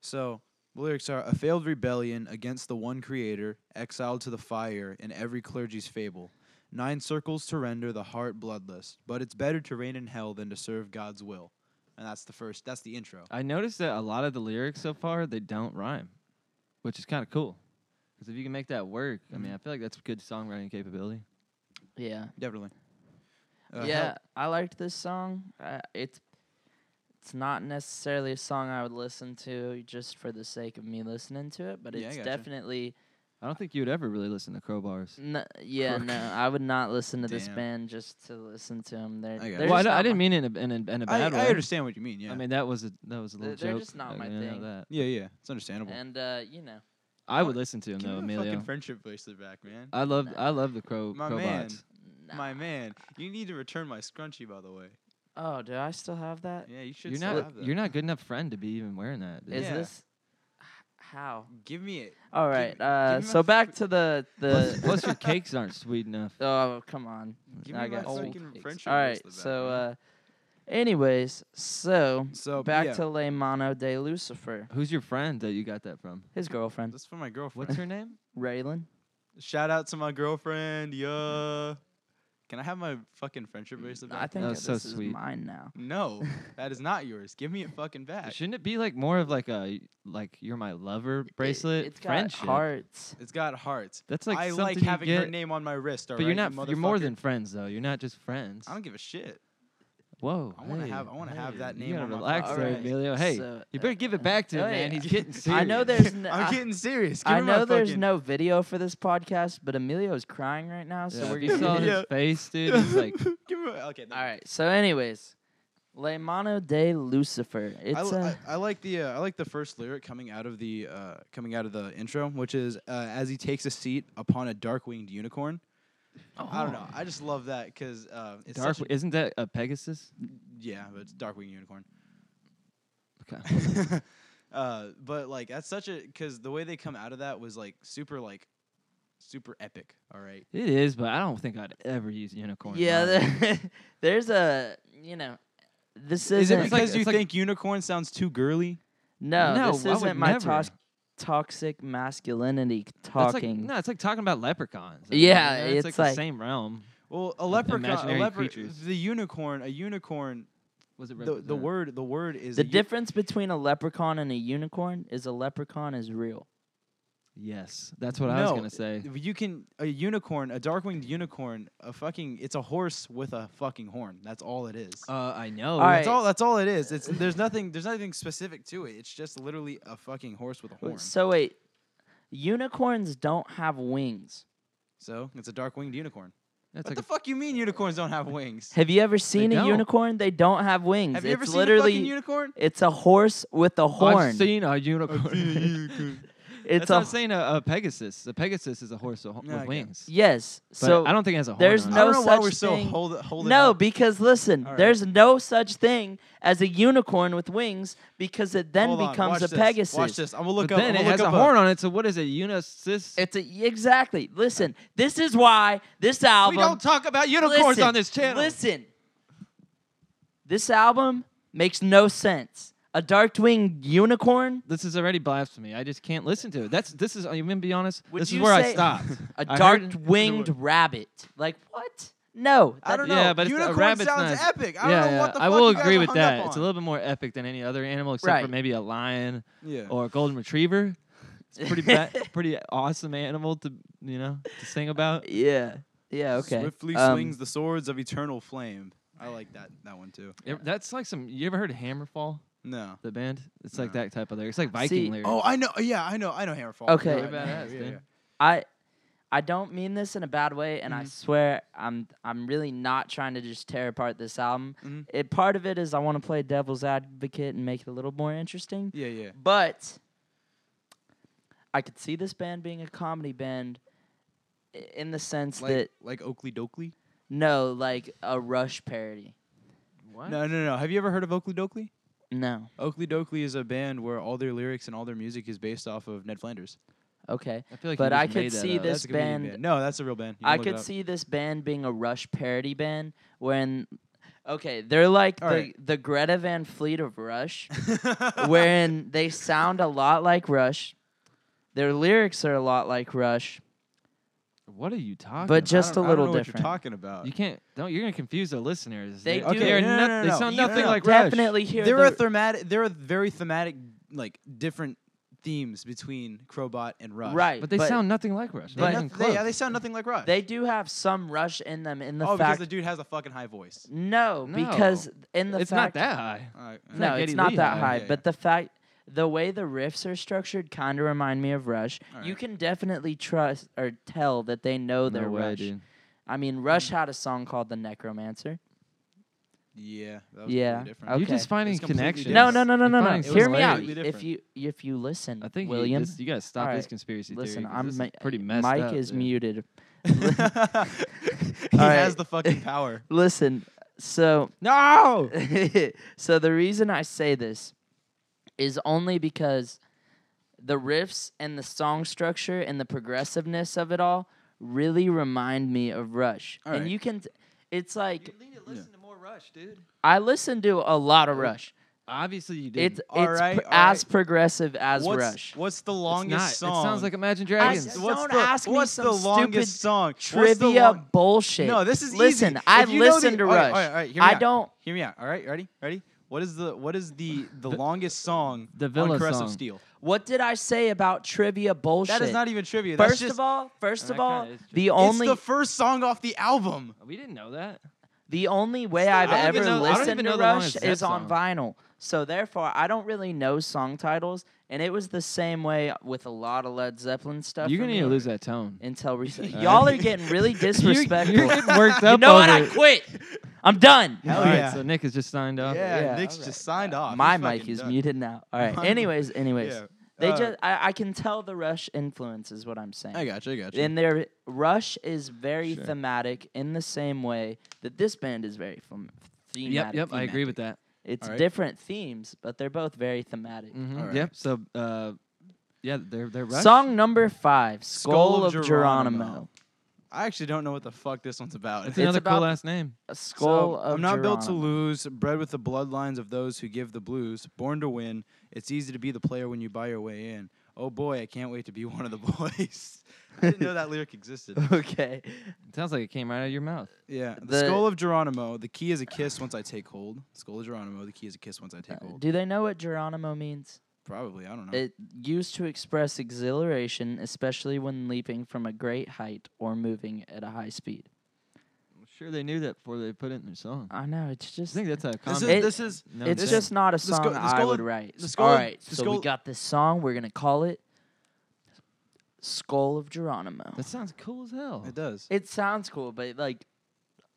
[SPEAKER 3] so the lyrics are a failed rebellion against the one creator, exiled to the fire in every clergy's fable. Nine circles to render the heart bloodless, but it's better to reign in hell than to serve God's will. And that's the first. That's the intro.
[SPEAKER 1] I noticed that a lot of the lyrics so far they don't rhyme, which is kind of cool. Because if you can make that work, I
[SPEAKER 3] Mm.
[SPEAKER 1] mean, I feel like that's good songwriting capability.
[SPEAKER 2] yeah.
[SPEAKER 3] Definitely. Uh,
[SPEAKER 2] yeah,
[SPEAKER 3] hell-
[SPEAKER 2] I liked this song. Uh, it's it's not necessarily a song I would listen to just for the sake of me listening to it, but
[SPEAKER 3] Yeah, I
[SPEAKER 2] it's
[SPEAKER 3] gotcha.
[SPEAKER 2] definitely
[SPEAKER 1] I don't think you would ever really listen to Crowbars.
[SPEAKER 2] n- yeah no. I would not listen to this
[SPEAKER 3] Damn.
[SPEAKER 2] band just to listen to them. They're,
[SPEAKER 3] I gotcha.
[SPEAKER 2] they're
[SPEAKER 1] well, I,
[SPEAKER 2] just
[SPEAKER 1] don't- I
[SPEAKER 2] not
[SPEAKER 1] didn't
[SPEAKER 2] my-
[SPEAKER 1] mean it in a, in a, in a
[SPEAKER 3] I,
[SPEAKER 1] bad way.
[SPEAKER 3] I understand what you mean. Yeah.
[SPEAKER 1] I mean, that was a that was a little
[SPEAKER 2] They're- they're
[SPEAKER 1] joke.
[SPEAKER 2] just not
[SPEAKER 1] I
[SPEAKER 2] my
[SPEAKER 1] know
[SPEAKER 2] thing.
[SPEAKER 1] that.
[SPEAKER 3] yeah, yeah. It's understandable.
[SPEAKER 2] And uh, you know,
[SPEAKER 1] I would listen to him
[SPEAKER 3] Give
[SPEAKER 1] though,
[SPEAKER 3] me the
[SPEAKER 1] Emilio.
[SPEAKER 3] fucking friendship bracelet back, man.
[SPEAKER 1] I love I love the crow
[SPEAKER 3] My
[SPEAKER 1] Crowbots.
[SPEAKER 3] man.
[SPEAKER 2] nah.
[SPEAKER 3] My man, you need to return my scrunchie, by the way.
[SPEAKER 2] Oh, do I still have that?
[SPEAKER 3] Yeah, you should
[SPEAKER 1] You're
[SPEAKER 3] still
[SPEAKER 1] not
[SPEAKER 3] have that.
[SPEAKER 1] you're not good enough friend to be even wearing that.
[SPEAKER 2] Is
[SPEAKER 1] dude.
[SPEAKER 3] Yeah.
[SPEAKER 2] this h- how?
[SPEAKER 3] Give me it.
[SPEAKER 2] All right.
[SPEAKER 3] me-
[SPEAKER 2] uh,
[SPEAKER 3] give me my
[SPEAKER 2] so back
[SPEAKER 3] fr-
[SPEAKER 2] to the
[SPEAKER 1] Plus,
[SPEAKER 2] the.
[SPEAKER 1] plus your cakes aren't sweet enough.
[SPEAKER 2] Oh come on.
[SPEAKER 3] Give
[SPEAKER 2] I
[SPEAKER 3] me my
[SPEAKER 2] got old
[SPEAKER 1] Oh,
[SPEAKER 3] fucking
[SPEAKER 2] takes.
[SPEAKER 3] friendship
[SPEAKER 2] All right,
[SPEAKER 3] bracelet back.
[SPEAKER 2] so
[SPEAKER 3] man.
[SPEAKER 2] uh, anyways, so
[SPEAKER 1] uh,
[SPEAKER 3] so
[SPEAKER 2] back
[SPEAKER 3] yeah,
[SPEAKER 2] to Le Mano de Lucifer,
[SPEAKER 1] Who's your friend that you got that from?
[SPEAKER 2] his girlfriend
[SPEAKER 3] That's for my girlfriend.
[SPEAKER 1] What's her name?
[SPEAKER 2] Raylan.
[SPEAKER 3] Shout out to my girlfriend. Yeah. Can I have my fucking
[SPEAKER 1] Mm,
[SPEAKER 3] friendship bracelet back?
[SPEAKER 2] I think
[SPEAKER 1] That
[SPEAKER 2] that
[SPEAKER 1] was so
[SPEAKER 2] this
[SPEAKER 1] sweet.
[SPEAKER 2] is mine now.
[SPEAKER 3] no, that is not yours. Give me it fucking back.
[SPEAKER 1] Shouldn't it be like more of like a like you're my lover bracelet?
[SPEAKER 2] It, has
[SPEAKER 1] friendship.
[SPEAKER 2] got hearts.
[SPEAKER 3] It's got hearts.
[SPEAKER 1] That's like
[SPEAKER 3] I
[SPEAKER 1] something
[SPEAKER 3] like
[SPEAKER 1] you
[SPEAKER 3] having
[SPEAKER 1] get,
[SPEAKER 3] her name on my wrist.
[SPEAKER 1] But
[SPEAKER 3] alright,
[SPEAKER 1] you're
[SPEAKER 3] you
[SPEAKER 1] not. you're more
[SPEAKER 3] motherfucker.
[SPEAKER 1] than friends though. You're not just friends.
[SPEAKER 3] I don't give a shit.
[SPEAKER 1] Whoa.
[SPEAKER 3] I wanna
[SPEAKER 1] hey,
[SPEAKER 3] have- I wanna have
[SPEAKER 1] hey,
[SPEAKER 3] that name
[SPEAKER 1] You gotta
[SPEAKER 3] on my
[SPEAKER 1] relax
[SPEAKER 3] fucking
[SPEAKER 1] there,
[SPEAKER 3] wrist.
[SPEAKER 1] Emilio. Hey,
[SPEAKER 2] So,
[SPEAKER 1] you better
[SPEAKER 2] uh,
[SPEAKER 1] give it back to him,
[SPEAKER 2] oh,
[SPEAKER 1] man.
[SPEAKER 2] yeah.
[SPEAKER 1] He's getting serious.
[SPEAKER 2] I know there's
[SPEAKER 3] I'm
[SPEAKER 2] no, I-
[SPEAKER 3] getting serious. Give
[SPEAKER 2] I
[SPEAKER 3] her my
[SPEAKER 2] know there's
[SPEAKER 3] fucking-
[SPEAKER 2] no video for this podcast, but Emilio's crying right now, so
[SPEAKER 1] Yeah,
[SPEAKER 2] we're
[SPEAKER 1] if you
[SPEAKER 2] gonna.
[SPEAKER 1] saw
[SPEAKER 3] it.
[SPEAKER 1] his face, dude. He's like,
[SPEAKER 3] Give me my- okay.
[SPEAKER 2] All
[SPEAKER 3] right.
[SPEAKER 2] right. So, anyways, Le Mano de Lucifer.
[SPEAKER 3] I,
[SPEAKER 2] It's
[SPEAKER 3] li-
[SPEAKER 2] uh,
[SPEAKER 3] I, I like the uh, I like the first lyric coming out of the uh, coming out of the intro, which is uh, as he takes a seat upon a dark winged unicorn. I don't know. I just love that because uh, it's
[SPEAKER 1] "Oh, dark.
[SPEAKER 3] such a-
[SPEAKER 1] isn't that a Pegasus?
[SPEAKER 3] yeah, but it's dark winged unicorn.
[SPEAKER 1] Okay.
[SPEAKER 3] uh, but like that's such a because the way they come out of that was like super like super epic. All right,
[SPEAKER 1] It is, but I don't think I'd ever use unicorn. in
[SPEAKER 2] yeah.
[SPEAKER 1] my life.
[SPEAKER 2] there- there's a you know, this
[SPEAKER 3] is
[SPEAKER 2] isn't.
[SPEAKER 3] it
[SPEAKER 1] It's like-
[SPEAKER 3] because you
[SPEAKER 1] it's like-
[SPEAKER 3] think unicorn sounds too girly?
[SPEAKER 2] no,
[SPEAKER 1] No,
[SPEAKER 2] this
[SPEAKER 1] I would
[SPEAKER 2] isn't my
[SPEAKER 1] never.
[SPEAKER 2] tos- toxic masculinity
[SPEAKER 1] That's like-
[SPEAKER 2] talking.
[SPEAKER 1] no, it's like talking about leprechauns.
[SPEAKER 2] Yeah,
[SPEAKER 1] you know,
[SPEAKER 2] it's
[SPEAKER 1] like, the
[SPEAKER 2] like-
[SPEAKER 1] same realm.
[SPEAKER 3] Well, a leprechaun, a
[SPEAKER 1] imaginary
[SPEAKER 3] leper,
[SPEAKER 1] creatures.
[SPEAKER 3] the unicorn, a unicorn.
[SPEAKER 1] Was it
[SPEAKER 3] The, the word the word is
[SPEAKER 2] The
[SPEAKER 3] a u-
[SPEAKER 2] difference between a leprechaun and a unicorn is a leprechaun is real.
[SPEAKER 1] Yes, that's what I was
[SPEAKER 3] No,
[SPEAKER 1] gonna say.
[SPEAKER 3] If You can a unicorn, a dark winged unicorn, a fucking it's a horse with a fucking horn. That's all it is.
[SPEAKER 1] Uh, I know.
[SPEAKER 2] All
[SPEAKER 3] that's
[SPEAKER 2] right.
[SPEAKER 3] all that's all it is. It's there's nothing there's nothing specific to it. It's just literally a fucking horse with a horn.
[SPEAKER 2] So wait, unicorns don't have wings.
[SPEAKER 3] So it's a dark winged unicorn.
[SPEAKER 1] That's
[SPEAKER 3] what
[SPEAKER 1] like
[SPEAKER 3] the fuck you mean unicorns don't have wings?
[SPEAKER 2] Have you ever seen a
[SPEAKER 1] don't.
[SPEAKER 2] unicorn? They don't have wings.
[SPEAKER 3] Have
[SPEAKER 2] it's
[SPEAKER 3] you ever seen
[SPEAKER 2] literally
[SPEAKER 3] a fucking unicorn?
[SPEAKER 2] it's a horse with
[SPEAKER 3] Oh,
[SPEAKER 2] a
[SPEAKER 1] a,
[SPEAKER 2] horn.
[SPEAKER 1] I've seen a unicorn.
[SPEAKER 2] it's
[SPEAKER 1] that's what
[SPEAKER 2] a
[SPEAKER 1] I'm saying. A, a Pegasus. A Pegasus is a horse with, ho-
[SPEAKER 3] Yeah, I
[SPEAKER 1] with
[SPEAKER 3] get it.
[SPEAKER 1] wings.
[SPEAKER 2] yes.
[SPEAKER 1] But
[SPEAKER 2] so
[SPEAKER 1] I don't think it has a horn.
[SPEAKER 2] there's
[SPEAKER 1] on
[SPEAKER 3] I
[SPEAKER 1] it.
[SPEAKER 3] don't
[SPEAKER 2] no
[SPEAKER 3] know why
[SPEAKER 2] such
[SPEAKER 3] we're so
[SPEAKER 2] thing-
[SPEAKER 3] hold holding
[SPEAKER 2] No,
[SPEAKER 3] up.
[SPEAKER 2] because listen,
[SPEAKER 3] All right.
[SPEAKER 2] there's no such thing as a unicorn with wings because it then
[SPEAKER 3] Hold on,
[SPEAKER 2] becomes
[SPEAKER 3] watch
[SPEAKER 2] a
[SPEAKER 3] this,
[SPEAKER 2] Pegasus.
[SPEAKER 3] Watch this. I'm gonna look
[SPEAKER 1] But
[SPEAKER 3] up.
[SPEAKER 1] then
[SPEAKER 3] I'm
[SPEAKER 1] it
[SPEAKER 3] gonna
[SPEAKER 1] has
[SPEAKER 3] look
[SPEAKER 1] a
[SPEAKER 3] up
[SPEAKER 1] horn on it. So what is it? Unisys.
[SPEAKER 2] It's a exactly. Listen, this is why this album
[SPEAKER 3] We don't talk about unicorns
[SPEAKER 2] listen,
[SPEAKER 3] on this channel.
[SPEAKER 2] Listen. This album makes no sense. A dark winged unicorn,
[SPEAKER 1] this is already blasphemy. I just can't listen to it. That's this is. I'm gonna be honest.
[SPEAKER 2] Would
[SPEAKER 1] this is
[SPEAKER 2] you
[SPEAKER 1] where I
[SPEAKER 2] say-
[SPEAKER 1] stopped.
[SPEAKER 2] a
[SPEAKER 1] I heard
[SPEAKER 2] dark
[SPEAKER 1] it-
[SPEAKER 2] winged rabbit. Like what? No.
[SPEAKER 3] I don't know.
[SPEAKER 1] Yeah, but it's- a
[SPEAKER 3] unicorn
[SPEAKER 1] rabbit's
[SPEAKER 3] sounds
[SPEAKER 1] nice.
[SPEAKER 3] epic. I don't
[SPEAKER 1] yeah,
[SPEAKER 3] know
[SPEAKER 1] yeah.
[SPEAKER 3] what the
[SPEAKER 1] I
[SPEAKER 3] fuck
[SPEAKER 1] will
[SPEAKER 3] you guys
[SPEAKER 1] agree
[SPEAKER 3] are
[SPEAKER 1] with
[SPEAKER 3] hung up
[SPEAKER 1] that. It's a
[SPEAKER 3] on.
[SPEAKER 1] little bit more epic than any other animal, except for
[SPEAKER 2] Right.
[SPEAKER 1] maybe a lion
[SPEAKER 3] Yeah.
[SPEAKER 1] or a golden retriever. It's pretty ba- pretty awesome animal to you know to sing about.
[SPEAKER 2] Yeah. Yeah, okay.
[SPEAKER 3] Swiftly
[SPEAKER 2] Um,
[SPEAKER 3] swings the swords of eternal flame. I like that that one too.
[SPEAKER 1] It- that's like some. You ever heard of Hammerfall?
[SPEAKER 3] No.
[SPEAKER 1] The band. It's like
[SPEAKER 3] No.
[SPEAKER 1] that type of lyric. It's like Viking
[SPEAKER 2] See-
[SPEAKER 1] lyrics.
[SPEAKER 3] Oh, I know. Yeah, I know. I know Hammerfall.
[SPEAKER 2] Okay.
[SPEAKER 3] You're
[SPEAKER 1] They're badass,
[SPEAKER 3] yeah,
[SPEAKER 1] dude.
[SPEAKER 3] yeah.
[SPEAKER 2] I I don't mean this in a bad way, and I
[SPEAKER 3] Mm-hmm.
[SPEAKER 1] Mhm.
[SPEAKER 2] swear I'm I'm really not trying to just tear apart this album.
[SPEAKER 3] Mhm.
[SPEAKER 2] It part of it is I want to play devil's advocate and make it a little more interesting.
[SPEAKER 3] Yeah, yeah.
[SPEAKER 2] But I could see this band being a comedy band i- in the sense
[SPEAKER 3] Like
[SPEAKER 2] that
[SPEAKER 3] like Oakley Dokley.
[SPEAKER 2] no, like a Rush parody.
[SPEAKER 1] What?
[SPEAKER 3] No, no, no. Have you ever heard of Oakley Dokley?
[SPEAKER 2] No.
[SPEAKER 3] Oakley Dokley is a band where all their lyrics and all their music is based off of Ned Flanders.
[SPEAKER 2] Okay.
[SPEAKER 1] I feel like. you
[SPEAKER 2] But
[SPEAKER 1] just
[SPEAKER 2] I could
[SPEAKER 1] made that
[SPEAKER 2] see
[SPEAKER 1] up.
[SPEAKER 2] this-
[SPEAKER 3] That's a comedian
[SPEAKER 2] band-
[SPEAKER 3] band. No, that's a real band. You can
[SPEAKER 2] I
[SPEAKER 3] look it
[SPEAKER 2] could
[SPEAKER 3] up.
[SPEAKER 2] see this band being a Rush parody band when okay, they're like
[SPEAKER 3] All
[SPEAKER 2] the
[SPEAKER 3] right.
[SPEAKER 2] the Greta Van Fleet of Rush. wherein they sound a lot like Rush. Their lyrics are a lot like Rush.
[SPEAKER 1] What are you talking?
[SPEAKER 2] But
[SPEAKER 1] about?
[SPEAKER 3] I
[SPEAKER 2] just
[SPEAKER 3] don't-
[SPEAKER 2] a
[SPEAKER 3] I don't
[SPEAKER 2] little
[SPEAKER 3] know what
[SPEAKER 2] different.
[SPEAKER 3] you're talking about.
[SPEAKER 1] You can't. Don't. You're gonna confuse the listeners.
[SPEAKER 2] They do.
[SPEAKER 1] They, are
[SPEAKER 3] No, no,
[SPEAKER 1] not-
[SPEAKER 3] no,
[SPEAKER 1] they
[SPEAKER 3] no.
[SPEAKER 1] sound
[SPEAKER 3] You
[SPEAKER 1] nothing
[SPEAKER 3] can
[SPEAKER 1] like Rush.
[SPEAKER 2] definitely hear
[SPEAKER 3] there are
[SPEAKER 2] the-
[SPEAKER 3] thematic. There are very thematic, like different themes between Crowbot and Rush.
[SPEAKER 2] right,
[SPEAKER 1] But they sound nothing like Rush.
[SPEAKER 3] They,
[SPEAKER 1] Not
[SPEAKER 2] But-
[SPEAKER 1] even
[SPEAKER 3] noth- they- yeah,
[SPEAKER 1] close.
[SPEAKER 3] they sound nothing like Rush.
[SPEAKER 2] they do have some Rush in them in the
[SPEAKER 3] oh, because
[SPEAKER 2] fact
[SPEAKER 3] the dude has a fucking high voice.
[SPEAKER 2] no, because in the
[SPEAKER 1] it's not
[SPEAKER 2] fact
[SPEAKER 1] that high.
[SPEAKER 3] All right, all
[SPEAKER 2] no,
[SPEAKER 1] like
[SPEAKER 2] it's
[SPEAKER 1] Geddy
[SPEAKER 2] not
[SPEAKER 1] Lee Oh,
[SPEAKER 2] that
[SPEAKER 1] high.
[SPEAKER 2] high,
[SPEAKER 3] Yeah, yeah.
[SPEAKER 2] but the fact the way the riffs are structured kind of remind me of Rush.
[SPEAKER 3] All
[SPEAKER 2] You
[SPEAKER 3] right.
[SPEAKER 2] can definitely trust or tell that they know
[SPEAKER 1] no
[SPEAKER 2] they're
[SPEAKER 1] way,
[SPEAKER 2] Rush.
[SPEAKER 1] dude.
[SPEAKER 2] I mean, Rush had a song called The Necromancer.
[SPEAKER 3] Yeah. That was completely
[SPEAKER 2] Yeah,
[SPEAKER 3] different.
[SPEAKER 2] okay.
[SPEAKER 1] You're just finding
[SPEAKER 3] It's completely
[SPEAKER 1] connections.
[SPEAKER 3] different.
[SPEAKER 2] No, no, no, no,
[SPEAKER 1] You're
[SPEAKER 2] no, no.
[SPEAKER 1] finding
[SPEAKER 2] Hear
[SPEAKER 1] some
[SPEAKER 2] me out.
[SPEAKER 1] layers.
[SPEAKER 3] completely
[SPEAKER 2] If
[SPEAKER 3] different.
[SPEAKER 2] you if you listen,
[SPEAKER 1] I think you
[SPEAKER 2] William,
[SPEAKER 1] just- you gotta stop
[SPEAKER 2] Alright,
[SPEAKER 1] this conspiracy
[SPEAKER 2] listen,
[SPEAKER 1] theory. 'cause
[SPEAKER 2] I'm
[SPEAKER 1] this is
[SPEAKER 2] ma-
[SPEAKER 1] pretty messed
[SPEAKER 2] Mike
[SPEAKER 1] up,
[SPEAKER 2] is
[SPEAKER 1] dude.
[SPEAKER 2] muted.
[SPEAKER 3] he
[SPEAKER 2] All right.
[SPEAKER 3] has the fucking power.
[SPEAKER 2] Listen, so
[SPEAKER 1] No.
[SPEAKER 2] so the reason I say this is only because the riffs and the song structure and the progressiveness of it all really remind me of Rush.
[SPEAKER 3] All
[SPEAKER 2] and
[SPEAKER 3] right.
[SPEAKER 2] you can t- it's like
[SPEAKER 1] need to
[SPEAKER 3] listen
[SPEAKER 1] to more Rush, dude.
[SPEAKER 2] I listen to a lot of Rush.
[SPEAKER 1] Obviously, you did.
[SPEAKER 2] It's it's
[SPEAKER 3] All right,
[SPEAKER 2] pr-
[SPEAKER 3] all right.
[SPEAKER 2] as progressive as
[SPEAKER 3] what's,
[SPEAKER 2] Rush.
[SPEAKER 3] What's the
[SPEAKER 1] It's
[SPEAKER 3] longest
[SPEAKER 1] not.
[SPEAKER 3] song?
[SPEAKER 1] It sounds like Imagine
[SPEAKER 2] I
[SPEAKER 1] Dragons.
[SPEAKER 2] just
[SPEAKER 3] What's
[SPEAKER 2] don't
[SPEAKER 3] the,
[SPEAKER 2] ask me
[SPEAKER 3] what's the
[SPEAKER 2] some
[SPEAKER 3] longest
[SPEAKER 2] stupid
[SPEAKER 3] song? What's the
[SPEAKER 2] Trivia
[SPEAKER 3] long-
[SPEAKER 2] bullshit.
[SPEAKER 3] No, this is
[SPEAKER 2] listen.
[SPEAKER 3] easy.
[SPEAKER 2] I
[SPEAKER 3] If you know
[SPEAKER 2] listen
[SPEAKER 3] the-
[SPEAKER 2] to
[SPEAKER 3] all right,
[SPEAKER 2] Rush.
[SPEAKER 3] all right, all right, hear me
[SPEAKER 2] I
[SPEAKER 3] out.
[SPEAKER 2] don't.
[SPEAKER 3] Hear me out. All right, ready? Ready? What is the what is the the longest song
[SPEAKER 1] the Villa
[SPEAKER 3] on Crest
[SPEAKER 1] song.
[SPEAKER 3] of Steel?
[SPEAKER 2] What did I say about trivia bullshit?
[SPEAKER 3] That is not even trivia. That's
[SPEAKER 2] First
[SPEAKER 3] just,
[SPEAKER 2] of all, first
[SPEAKER 1] That
[SPEAKER 2] of all,
[SPEAKER 1] kinda is true.
[SPEAKER 2] the
[SPEAKER 1] It's
[SPEAKER 2] only
[SPEAKER 3] it's the first song off the album.
[SPEAKER 1] we didn't know that.
[SPEAKER 2] the only way
[SPEAKER 3] I
[SPEAKER 2] I've
[SPEAKER 3] don't
[SPEAKER 2] ever
[SPEAKER 3] even know- I don't
[SPEAKER 2] listened
[SPEAKER 1] even
[SPEAKER 2] to
[SPEAKER 1] know the
[SPEAKER 2] Rush
[SPEAKER 1] longest Zep
[SPEAKER 2] is
[SPEAKER 1] song.
[SPEAKER 2] on vinyl. So therefore, I don't really know song titles, and it was the same way with a lot of Led Zeppelin stuff.
[SPEAKER 1] You're
[SPEAKER 2] for
[SPEAKER 1] gonna
[SPEAKER 2] me
[SPEAKER 1] need to lose that tone.
[SPEAKER 2] until recently.
[SPEAKER 1] Alright.
[SPEAKER 2] Y'all are getting really disrespectful.
[SPEAKER 1] You're, you're getting worked up.
[SPEAKER 2] you know what?
[SPEAKER 1] over
[SPEAKER 2] I
[SPEAKER 1] it.
[SPEAKER 2] quit. I'm done.
[SPEAKER 3] Hell
[SPEAKER 1] All right,
[SPEAKER 3] yeah.
[SPEAKER 1] So Nick has just signed off.
[SPEAKER 3] yeah,
[SPEAKER 2] yeah,
[SPEAKER 3] Nick's
[SPEAKER 2] all right.
[SPEAKER 3] just signed off.
[SPEAKER 2] My
[SPEAKER 3] He's
[SPEAKER 2] mic
[SPEAKER 3] fucking
[SPEAKER 2] is
[SPEAKER 3] done.
[SPEAKER 2] muted now. All right.
[SPEAKER 3] My mic-
[SPEAKER 2] Anyways, anyways,
[SPEAKER 3] Yeah.
[SPEAKER 2] they
[SPEAKER 3] Uh,
[SPEAKER 2] just I, I can tell the Rush influence is what I'm saying.
[SPEAKER 3] I got you. I got you.
[SPEAKER 2] And their Rush is very
[SPEAKER 1] Sure.
[SPEAKER 2] thematic in the same way that this band is very phem-
[SPEAKER 1] Yep.
[SPEAKER 2] thematic.
[SPEAKER 1] Yep. I agree
[SPEAKER 2] thematic.
[SPEAKER 1] with that.
[SPEAKER 2] It's
[SPEAKER 3] Alright. Mm-hmm.
[SPEAKER 2] different themes, but they're both very thematic.
[SPEAKER 1] Mhm,
[SPEAKER 3] Alright.
[SPEAKER 1] Yep. So, uh, yeah, they're they're Rush.
[SPEAKER 2] Song number five, Skull,
[SPEAKER 3] Skull
[SPEAKER 2] of
[SPEAKER 3] of
[SPEAKER 2] Geronimo.
[SPEAKER 3] Geronimo. I actually don't know what the fuck this one's about.
[SPEAKER 1] It's another
[SPEAKER 2] about-
[SPEAKER 1] cool ass name.
[SPEAKER 2] A Skull
[SPEAKER 3] So,
[SPEAKER 2] of
[SPEAKER 3] I'm not built to
[SPEAKER 2] Geronimo.
[SPEAKER 3] lose, bred with the bloodlines of those who give the blues, born to win. It's easy to be the player when you buy your way in. Oh boy, I can't wait to be one of the boys. I didn't know that lyric existed.
[SPEAKER 2] Okay.
[SPEAKER 1] It sounds like it came right out of your mouth.
[SPEAKER 3] Yeah. The,
[SPEAKER 2] The-
[SPEAKER 3] skull of Geronimo, the key is a kiss once I take hold. Skull of Geronimo, the key is a kiss once I take hold.
[SPEAKER 2] Do they know what Geronimo means?
[SPEAKER 3] Probably, I don't know.
[SPEAKER 2] Uh, It used to express exhilaration, especially when leaping from a great height or moving at a high speed.
[SPEAKER 1] I'm sure they knew that before they put it in their song.
[SPEAKER 2] I know it's
[SPEAKER 1] I
[SPEAKER 2] just
[SPEAKER 1] think that's a
[SPEAKER 3] this is
[SPEAKER 1] common-
[SPEAKER 2] it-
[SPEAKER 3] this is
[SPEAKER 1] known
[SPEAKER 2] it's
[SPEAKER 1] thing.
[SPEAKER 2] just not a
[SPEAKER 3] the
[SPEAKER 2] song
[SPEAKER 3] skull- the
[SPEAKER 2] I
[SPEAKER 3] skull
[SPEAKER 2] would
[SPEAKER 3] of-
[SPEAKER 2] write.
[SPEAKER 3] the skull
[SPEAKER 2] All
[SPEAKER 3] of-
[SPEAKER 2] right,
[SPEAKER 3] the
[SPEAKER 2] so we
[SPEAKER 3] skull-
[SPEAKER 2] got this song. We're gonna call it "Skull of Geronimo."
[SPEAKER 1] that sounds cool as hell.
[SPEAKER 3] it does.
[SPEAKER 2] It sounds cool, but like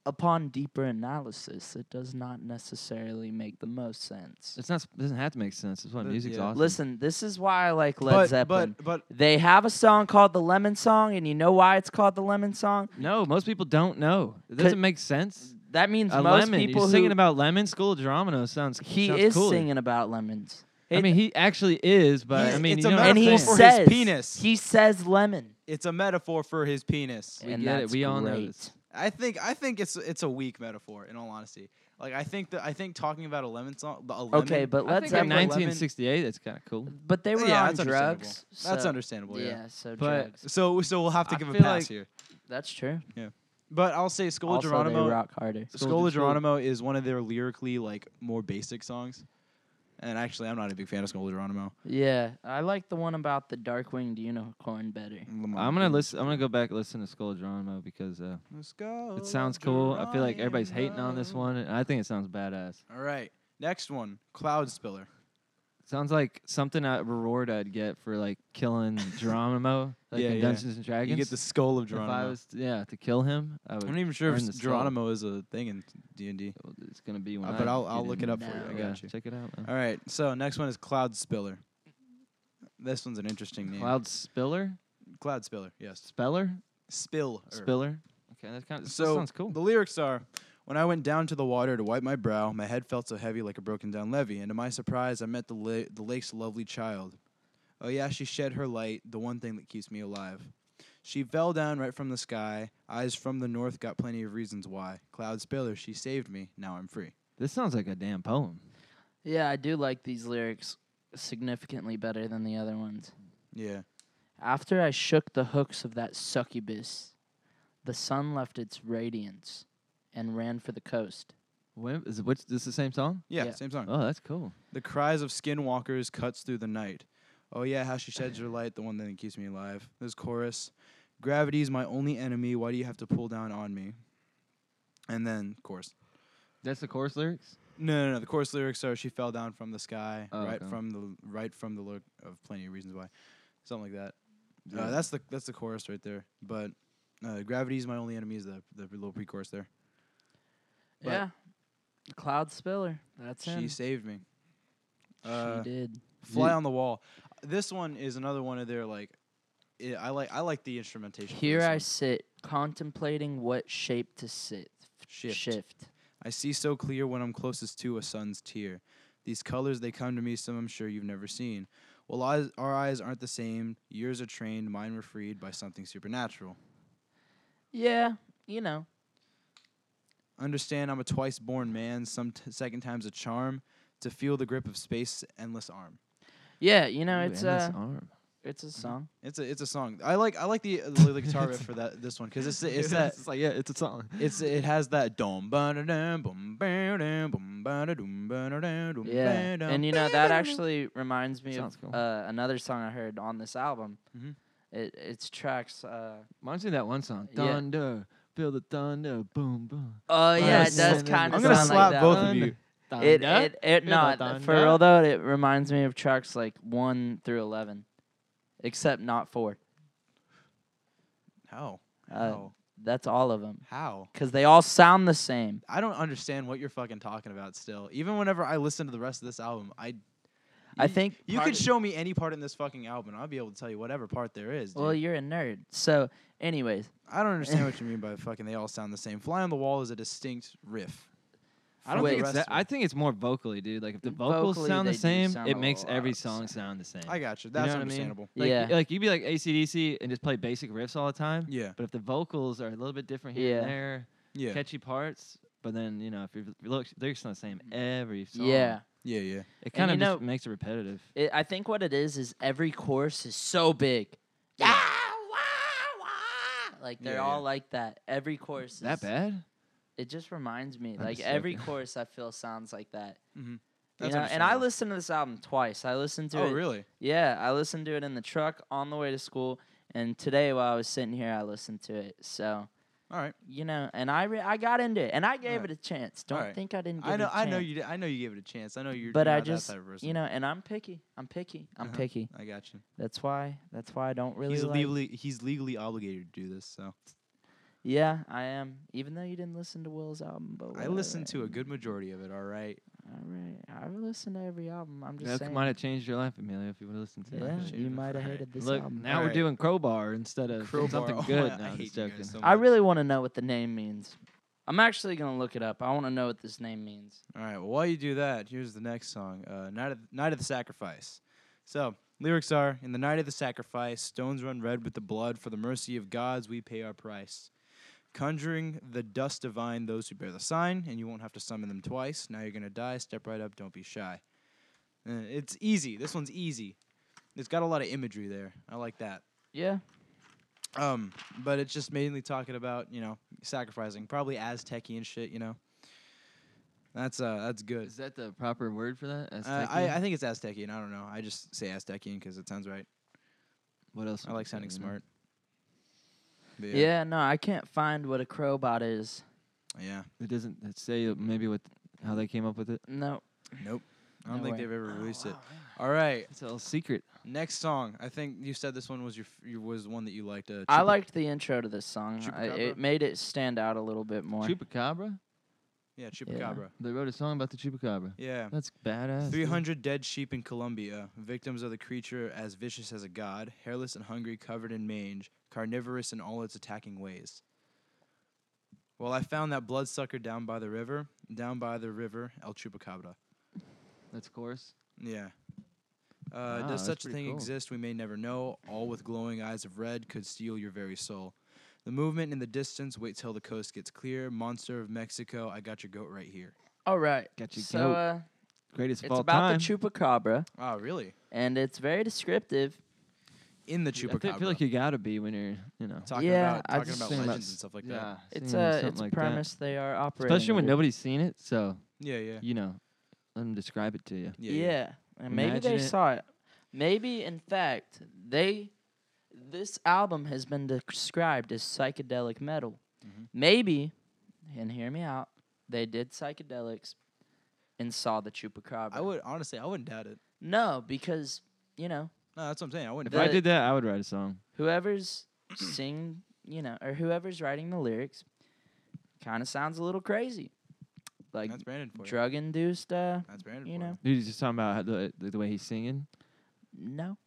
[SPEAKER 2] upon deeper analysis, it does not necessarily make the most sense.
[SPEAKER 1] It's not. s- doesn't have to make sense. It's what
[SPEAKER 3] Uh,
[SPEAKER 1] music's
[SPEAKER 3] yeah.
[SPEAKER 1] awesome.
[SPEAKER 2] Listen, this is why I like Led
[SPEAKER 3] but,
[SPEAKER 2] Zeppelin.
[SPEAKER 3] but but
[SPEAKER 2] they have a song called the Lemon Song, and you know why it's called the Lemon Song?
[SPEAKER 1] No, most people don't know. It doesn't make sense.
[SPEAKER 2] That means
[SPEAKER 1] A
[SPEAKER 2] most
[SPEAKER 1] lemon.
[SPEAKER 2] people
[SPEAKER 1] You're
[SPEAKER 2] who
[SPEAKER 1] singing about lemon. School of Geronimo sounds.
[SPEAKER 2] he
[SPEAKER 1] sounds
[SPEAKER 2] is
[SPEAKER 1] cooler.
[SPEAKER 2] singing about lemons.
[SPEAKER 1] I mean, he actually is, but I
[SPEAKER 3] He's-
[SPEAKER 1] mean,
[SPEAKER 3] it's
[SPEAKER 1] you
[SPEAKER 3] a
[SPEAKER 1] know what
[SPEAKER 2] and
[SPEAKER 1] I'm
[SPEAKER 3] metaphor
[SPEAKER 1] saying.
[SPEAKER 2] he
[SPEAKER 3] for his
[SPEAKER 2] says
[SPEAKER 3] penis.
[SPEAKER 2] he says lemon,
[SPEAKER 3] it's a metaphor for his penis.
[SPEAKER 1] We
[SPEAKER 2] and
[SPEAKER 1] get it.
[SPEAKER 2] that's
[SPEAKER 1] We all know
[SPEAKER 2] great.
[SPEAKER 1] this.
[SPEAKER 3] I think I think it's it's a weak metaphor in all honesty. Like I think that I think talking about a lemon song, a lemon,
[SPEAKER 2] Okay, but
[SPEAKER 1] I
[SPEAKER 2] Led
[SPEAKER 1] think in
[SPEAKER 2] Zeppelin,
[SPEAKER 3] lemon-
[SPEAKER 1] 1968, that's kind of cool.
[SPEAKER 2] but they were
[SPEAKER 3] yeah,
[SPEAKER 2] on
[SPEAKER 3] that's
[SPEAKER 2] drugs.
[SPEAKER 3] Understandable. that's
[SPEAKER 2] so-
[SPEAKER 3] understandable. Yeah.
[SPEAKER 2] Yeah, so
[SPEAKER 1] But-
[SPEAKER 2] drugs.
[SPEAKER 3] So so we'll have to
[SPEAKER 1] I
[SPEAKER 3] give a
[SPEAKER 1] feel
[SPEAKER 3] pass
[SPEAKER 1] like-
[SPEAKER 3] here.
[SPEAKER 2] That's true.
[SPEAKER 3] But I'll say Skull of
[SPEAKER 2] also, they
[SPEAKER 3] Geronimo.
[SPEAKER 2] rock harder.
[SPEAKER 1] Skull
[SPEAKER 3] Skull of
[SPEAKER 1] Ge- Skull-
[SPEAKER 3] Geronimo is one of their lyrically like more basic songs. And actually, I'm not a big fan of Skull Geronimo.
[SPEAKER 2] Yeah, I like the one about the dark-winged unicorn better.
[SPEAKER 1] I'm gonna listen. I'm gonna go back and listen to Skull Geronimo because uh, it sounds cool. I feel like everybody's hating on this one, and I think it sounds badass.
[SPEAKER 3] All right, next one, Cloud Spiller.
[SPEAKER 1] Sounds like something a reward I'd get for like killing Geronimo, like
[SPEAKER 3] Yeah,
[SPEAKER 1] in
[SPEAKER 3] yeah.
[SPEAKER 1] Dungeons and Dragons.
[SPEAKER 3] You get the skull of
[SPEAKER 1] If I
[SPEAKER 3] Geronimo.
[SPEAKER 1] was, yeah, to kill him, I would.
[SPEAKER 3] I'm not even sure
[SPEAKER 1] earn the
[SPEAKER 3] if
[SPEAKER 1] skull.
[SPEAKER 3] Geronimo is a thing in D and D.
[SPEAKER 1] Well, It's gonna be when.
[SPEAKER 3] Uh, but
[SPEAKER 1] I
[SPEAKER 3] I'll-
[SPEAKER 1] get
[SPEAKER 3] I'll
[SPEAKER 1] in
[SPEAKER 3] look it
[SPEAKER 1] there.
[SPEAKER 2] up for you. I
[SPEAKER 1] Yeah,
[SPEAKER 3] got you.
[SPEAKER 1] Check it out. Man.
[SPEAKER 3] All right, so next one is Cloud Spiller. This one's an interesting name.
[SPEAKER 1] Cloud Spiller,
[SPEAKER 3] Cloud Spiller, yes.
[SPEAKER 1] Speller,
[SPEAKER 3] Spill.
[SPEAKER 1] Spiller. Okay, that kind of
[SPEAKER 3] So
[SPEAKER 1] sounds cool.
[SPEAKER 3] the lyrics are When I went down to the water to wipe my brow, my head felt so heavy like a broken down levee, and to my surprise, I met the, la- the lake's lovely child. Oh, yeah, she shed her light, the one thing that keeps me alive. She fell down right from the sky. Eyes from the north got plenty of reasons why. Cloud Spiller, she saved me. Now I'm free.
[SPEAKER 1] This sounds like a damn poem.
[SPEAKER 2] Yeah, I do like these lyrics significantly better than the other ones.
[SPEAKER 3] Yeah.
[SPEAKER 2] After I shook the hooks of that succubus, the sun left its radiance and ran for the coast.
[SPEAKER 1] When, is it, which, this the same song?
[SPEAKER 3] Yeah,
[SPEAKER 2] Yeah.
[SPEAKER 3] same song.
[SPEAKER 1] Oh, that's cool.
[SPEAKER 3] The cries of skinwalkers cuts through the night. Oh yeah, how she sheds her light, the one thing that keeps me alive. This chorus. Gravity's my only enemy, why do you have to pull down on me? And then chorus.
[SPEAKER 1] That's the chorus lyrics.
[SPEAKER 3] No, no, no. The chorus lyrics are she fell down from the sky,
[SPEAKER 1] Oh,
[SPEAKER 3] right
[SPEAKER 1] okay.
[SPEAKER 3] from the right from the look of plenty of reasons why. Something like that.
[SPEAKER 1] Yeah.
[SPEAKER 3] Uh, that's the that's the chorus right there. But uh, gravity's my only enemy is the the little pre-chorus there. But-
[SPEAKER 2] yeah. Cloud Spiller. That's him.
[SPEAKER 3] She saved me. Uh,
[SPEAKER 2] she did.
[SPEAKER 3] Fly
[SPEAKER 1] Yeah.
[SPEAKER 3] on the wall. This one is another one of their like. i I like I like the instrumentation. for
[SPEAKER 2] Here
[SPEAKER 3] this
[SPEAKER 2] I
[SPEAKER 3] one.
[SPEAKER 2] sit, contemplating what shape to sit.
[SPEAKER 3] Shift.
[SPEAKER 2] shift.
[SPEAKER 3] I see so clear when I'm closest to a sun's tear. These colors they come to me, some I'm sure you've never seen. Well, eyes, our eyes aren't the same. Yours are trained, mine were freed by something supernatural.
[SPEAKER 2] Yeah, you know.
[SPEAKER 3] Understand, I'm a twice born man. Some t- second time's a charm. To feel the grip of space's endless arm.
[SPEAKER 2] Yeah, you know,
[SPEAKER 1] Ooh,
[SPEAKER 2] it's uh,
[SPEAKER 1] and this
[SPEAKER 2] a
[SPEAKER 1] arm.
[SPEAKER 2] it's a song.
[SPEAKER 3] It's a it's a song. I like I like the uh, the guitar riff for that this one because it's it's that
[SPEAKER 1] like yeah, it's a song.
[SPEAKER 3] It's it has that dum ba da dum bum ba dum bum ba da dum ba da dum dum
[SPEAKER 2] Yeah.
[SPEAKER 3] ba dum.
[SPEAKER 2] And you know, that actually reminds me
[SPEAKER 1] Sounds
[SPEAKER 2] of
[SPEAKER 1] cool.
[SPEAKER 2] uh, another song I heard on this album.
[SPEAKER 3] Mhm.
[SPEAKER 2] It it's tracks uh
[SPEAKER 1] Reminds me of that one song.
[SPEAKER 2] Yeah.
[SPEAKER 1] Thunder, feel the thunder, boom boom.
[SPEAKER 2] Oh
[SPEAKER 1] Wow.
[SPEAKER 2] yeah, it
[SPEAKER 1] Yes.
[SPEAKER 2] does
[SPEAKER 1] I'm
[SPEAKER 2] kind
[SPEAKER 3] I'm
[SPEAKER 2] of
[SPEAKER 3] gonna
[SPEAKER 2] sound
[SPEAKER 3] slap
[SPEAKER 2] like that.
[SPEAKER 3] both
[SPEAKER 2] one.
[SPEAKER 3] of you.
[SPEAKER 2] It
[SPEAKER 1] Thunder.
[SPEAKER 2] it it
[SPEAKER 1] Feel the
[SPEAKER 2] not for
[SPEAKER 1] thunder.
[SPEAKER 2] real though. It reminds me of tracks like one through eleven, except not four.
[SPEAKER 3] How?
[SPEAKER 2] Uh,
[SPEAKER 3] How?
[SPEAKER 2] that's all of them
[SPEAKER 3] How?
[SPEAKER 2] because they all sound the same.
[SPEAKER 3] I don't understand what you're fucking talking about. Still, even whenever I listen to the rest of this album, I
[SPEAKER 2] I think
[SPEAKER 3] you
[SPEAKER 2] part-
[SPEAKER 3] could show me any part in this fucking album, and I'll be able to tell you whatever part there is.
[SPEAKER 2] Well,
[SPEAKER 3] dude.
[SPEAKER 2] you're a nerd. So, anyways,
[SPEAKER 3] I don't understand what you mean by fucking. They all sound the same. Fly on the wall is a distinct riff.
[SPEAKER 1] I don't
[SPEAKER 2] Wait.
[SPEAKER 1] think it's that.
[SPEAKER 3] Rest-
[SPEAKER 1] I think it's more vocally, dude. Like if the vocals
[SPEAKER 2] Vocally,
[SPEAKER 1] sound the
[SPEAKER 2] they do
[SPEAKER 1] same,
[SPEAKER 2] sound
[SPEAKER 1] it
[SPEAKER 2] a
[SPEAKER 1] makes
[SPEAKER 2] lot
[SPEAKER 1] every
[SPEAKER 2] the
[SPEAKER 1] song
[SPEAKER 2] same.
[SPEAKER 1] sound the same.
[SPEAKER 3] I got you.
[SPEAKER 1] know
[SPEAKER 3] That's
[SPEAKER 1] what I mean?
[SPEAKER 3] understandable.
[SPEAKER 1] Like,
[SPEAKER 2] Yeah.
[SPEAKER 1] like you'd be like ACDC and just play basic riffs all the time.
[SPEAKER 3] Yeah,
[SPEAKER 1] But if the vocals are a little bit different here
[SPEAKER 2] Yeah.
[SPEAKER 1] and there,
[SPEAKER 3] yeah,
[SPEAKER 1] catchy parts. But then you know if your look, they're not the same every song.
[SPEAKER 2] Mm. yeah,
[SPEAKER 3] yeah, yeah.
[SPEAKER 1] it
[SPEAKER 2] And
[SPEAKER 1] kind
[SPEAKER 2] you
[SPEAKER 1] of just
[SPEAKER 2] know-
[SPEAKER 1] makes it repetitive.
[SPEAKER 2] it, I think what it is is every chorus is so big.
[SPEAKER 3] Yeah.
[SPEAKER 2] Ah, wah, wah. Like they're
[SPEAKER 3] Yeah,
[SPEAKER 2] all
[SPEAKER 3] yeah.
[SPEAKER 2] like that. Every chorus is
[SPEAKER 1] That bad?
[SPEAKER 2] It just reminds me.
[SPEAKER 1] I'm
[SPEAKER 2] like
[SPEAKER 1] just
[SPEAKER 2] every
[SPEAKER 1] joking.
[SPEAKER 2] chorus I feel sounds like that. You
[SPEAKER 3] That's
[SPEAKER 2] know, and I
[SPEAKER 3] understandable.
[SPEAKER 2] listened to this album twice. I listened to
[SPEAKER 3] Oh,
[SPEAKER 2] it.
[SPEAKER 3] really?
[SPEAKER 2] Yeah, I listened to it in the truck on the way to school, and today while I was sitting here, I listened to it. So
[SPEAKER 3] All right.
[SPEAKER 2] you know, and I re- I got into it, and I gave
[SPEAKER 3] Alright.
[SPEAKER 2] it a chance. Don't
[SPEAKER 3] Alright.
[SPEAKER 2] think I didn't. Give
[SPEAKER 3] I know,
[SPEAKER 2] it a
[SPEAKER 3] I know
[SPEAKER 2] chance.
[SPEAKER 3] you. Did, I know you gave it a chance. I know you're.
[SPEAKER 2] But
[SPEAKER 3] you're
[SPEAKER 2] I
[SPEAKER 3] not that
[SPEAKER 2] just,
[SPEAKER 3] type of person.
[SPEAKER 2] you know, and I'm picky. I'm picky. I'm
[SPEAKER 3] Uh-huh.
[SPEAKER 2] picky.
[SPEAKER 3] I got you.
[SPEAKER 2] That's why. That's why I don't really.
[SPEAKER 3] he's
[SPEAKER 2] like-
[SPEAKER 3] legally he's legally obligated to do this. So
[SPEAKER 2] Yeah, I am. Even though you didn't listen to Will's album, but
[SPEAKER 3] I listened to
[SPEAKER 2] whatever.
[SPEAKER 3] a good majority of it. All right.
[SPEAKER 2] All right, I listened to every album. I'm just
[SPEAKER 1] That
[SPEAKER 2] saying.
[SPEAKER 1] might have changed your life, Emilio, if you would have listened to
[SPEAKER 2] yeah,
[SPEAKER 1] that.
[SPEAKER 3] shit.
[SPEAKER 2] you might have
[SPEAKER 3] Alright.
[SPEAKER 2] hated this
[SPEAKER 1] Look,
[SPEAKER 2] album.
[SPEAKER 1] now we're
[SPEAKER 3] Alright.
[SPEAKER 1] doing crowbar instead of
[SPEAKER 3] Crowbar.
[SPEAKER 1] something
[SPEAKER 3] Oh my-
[SPEAKER 1] good.
[SPEAKER 3] I
[SPEAKER 1] no, I'm
[SPEAKER 3] hate
[SPEAKER 1] just
[SPEAKER 3] you guys
[SPEAKER 1] joking.
[SPEAKER 3] so
[SPEAKER 2] I
[SPEAKER 3] much.
[SPEAKER 2] really want to know what the name means. I'm actually gonna look it up. I want to know what this name means.
[SPEAKER 3] All right. Well, while you do that, here's the next song, uh, "Night of Night of the Sacrifice." So lyrics are: In the night of the sacrifice, stones run red with the blood. For the mercy of gods, we pay our price. Conjuring the dust divine, those who bear the sign, and you won't have to summon them twice. Now you're gonna die. Step right up. Don't be shy. Uh, it's easy. This one's easy. It's got a lot of imagery there. I like that.
[SPEAKER 2] Yeah,
[SPEAKER 3] Um, but it's just mainly talking about you know sacrificing, probably Aztec and shit. You know, That's uh, that's good.
[SPEAKER 1] Is that the proper word for that?
[SPEAKER 3] Uh, I,
[SPEAKER 1] Aztecian?
[SPEAKER 3] I think it's Aztecian. I don't know. I just say Aztecian because it sounds right.
[SPEAKER 1] what else?
[SPEAKER 3] I
[SPEAKER 1] would
[SPEAKER 3] like
[SPEAKER 1] you
[SPEAKER 3] sounding
[SPEAKER 1] say, you know?
[SPEAKER 3] smart. But
[SPEAKER 2] Yeah. no, I can't find what a crowbot is.
[SPEAKER 3] Yeah.
[SPEAKER 1] It doesn't it say maybe what how they came up with it.
[SPEAKER 2] No.
[SPEAKER 3] Nope. I don't
[SPEAKER 2] No
[SPEAKER 3] think
[SPEAKER 2] way.
[SPEAKER 3] they've ever
[SPEAKER 2] Oh,
[SPEAKER 3] released it.
[SPEAKER 2] wow,
[SPEAKER 3] All right.
[SPEAKER 1] It's a little secret.
[SPEAKER 3] Next song. I think you said this one was your, f- your was the one that you liked. Uh,
[SPEAKER 2] I
[SPEAKER 3] Chupa-
[SPEAKER 2] liked the intro to this song. I,
[SPEAKER 3] Chupacabra?
[SPEAKER 2] it made it stand out a little bit more.
[SPEAKER 1] Chupacabra.
[SPEAKER 3] Yeah, Chupacabra.
[SPEAKER 1] They wrote a song about the chupacabra.
[SPEAKER 3] Yeah.
[SPEAKER 1] That's badass. dude.
[SPEAKER 3] 300 dead sheep in Colombia, victims of the creature as vicious as a god, hairless and hungry, covered in mange, carnivorous in all its attacking ways. Well, I found that bloodsucker down by the river, down by the river, El Chupacabra.
[SPEAKER 1] That's chorus.
[SPEAKER 3] Yeah. Uh,
[SPEAKER 1] Wow,
[SPEAKER 3] does
[SPEAKER 1] that's
[SPEAKER 3] such a
[SPEAKER 1] pretty
[SPEAKER 3] thing
[SPEAKER 1] cool.
[SPEAKER 3] exist? We may never know. All with glowing eyes of red could steal your very soul. The movement in the distance, wait till the coast gets clear. Monster of Mexico, I got your goat right here.
[SPEAKER 2] All right.
[SPEAKER 1] Got your
[SPEAKER 2] so
[SPEAKER 1] goat.
[SPEAKER 2] uh,
[SPEAKER 1] Greatest of
[SPEAKER 2] it's
[SPEAKER 1] all
[SPEAKER 2] about
[SPEAKER 1] time.
[SPEAKER 2] the chupacabra,
[SPEAKER 3] Oh, really?
[SPEAKER 2] and it's very descriptive.
[SPEAKER 3] In the
[SPEAKER 1] I thi-
[SPEAKER 3] Chupacabra.
[SPEAKER 1] feel like you gotta be when you're you know
[SPEAKER 3] talking
[SPEAKER 2] Yeah,
[SPEAKER 3] about
[SPEAKER 2] I
[SPEAKER 3] talking
[SPEAKER 2] just
[SPEAKER 3] about
[SPEAKER 1] think
[SPEAKER 3] legends
[SPEAKER 1] about
[SPEAKER 3] and stuff like
[SPEAKER 1] yeah,
[SPEAKER 3] that.
[SPEAKER 2] It's
[SPEAKER 1] singing or
[SPEAKER 2] a
[SPEAKER 1] something
[SPEAKER 2] it's a
[SPEAKER 1] like that.
[SPEAKER 2] premise they are operating.
[SPEAKER 1] Especially when
[SPEAKER 2] under.
[SPEAKER 1] nobody's seen it, so
[SPEAKER 3] Yeah, yeah,
[SPEAKER 1] you know, let them describe it to you.
[SPEAKER 3] yeah.
[SPEAKER 2] yeah. And maybe
[SPEAKER 1] Imagine
[SPEAKER 2] they
[SPEAKER 1] it.
[SPEAKER 2] saw it. Maybe in fact they this album has been described as psychedelic metal.
[SPEAKER 3] Mhm.
[SPEAKER 2] Maybe, and hear me out, they did psychedelics and saw the chupacabra.
[SPEAKER 3] I would honestly, I wouldn't doubt it.
[SPEAKER 2] No, because you know
[SPEAKER 3] No, that's what I'm saying. I
[SPEAKER 1] If
[SPEAKER 3] wouldn't
[SPEAKER 1] I
[SPEAKER 3] doubt
[SPEAKER 2] The-
[SPEAKER 1] did that, I would write a song.
[SPEAKER 2] whoever's sing, you know, or whoever's writing the lyrics, kind of sounds a little crazy,
[SPEAKER 3] it.
[SPEAKER 2] like
[SPEAKER 3] That's Brandon for you.
[SPEAKER 2] drug induced. Uh,
[SPEAKER 3] That's Brandon.
[SPEAKER 2] you
[SPEAKER 3] for
[SPEAKER 2] know,
[SPEAKER 1] Dude, he's just talking about how the, the the way he's singing.
[SPEAKER 2] no,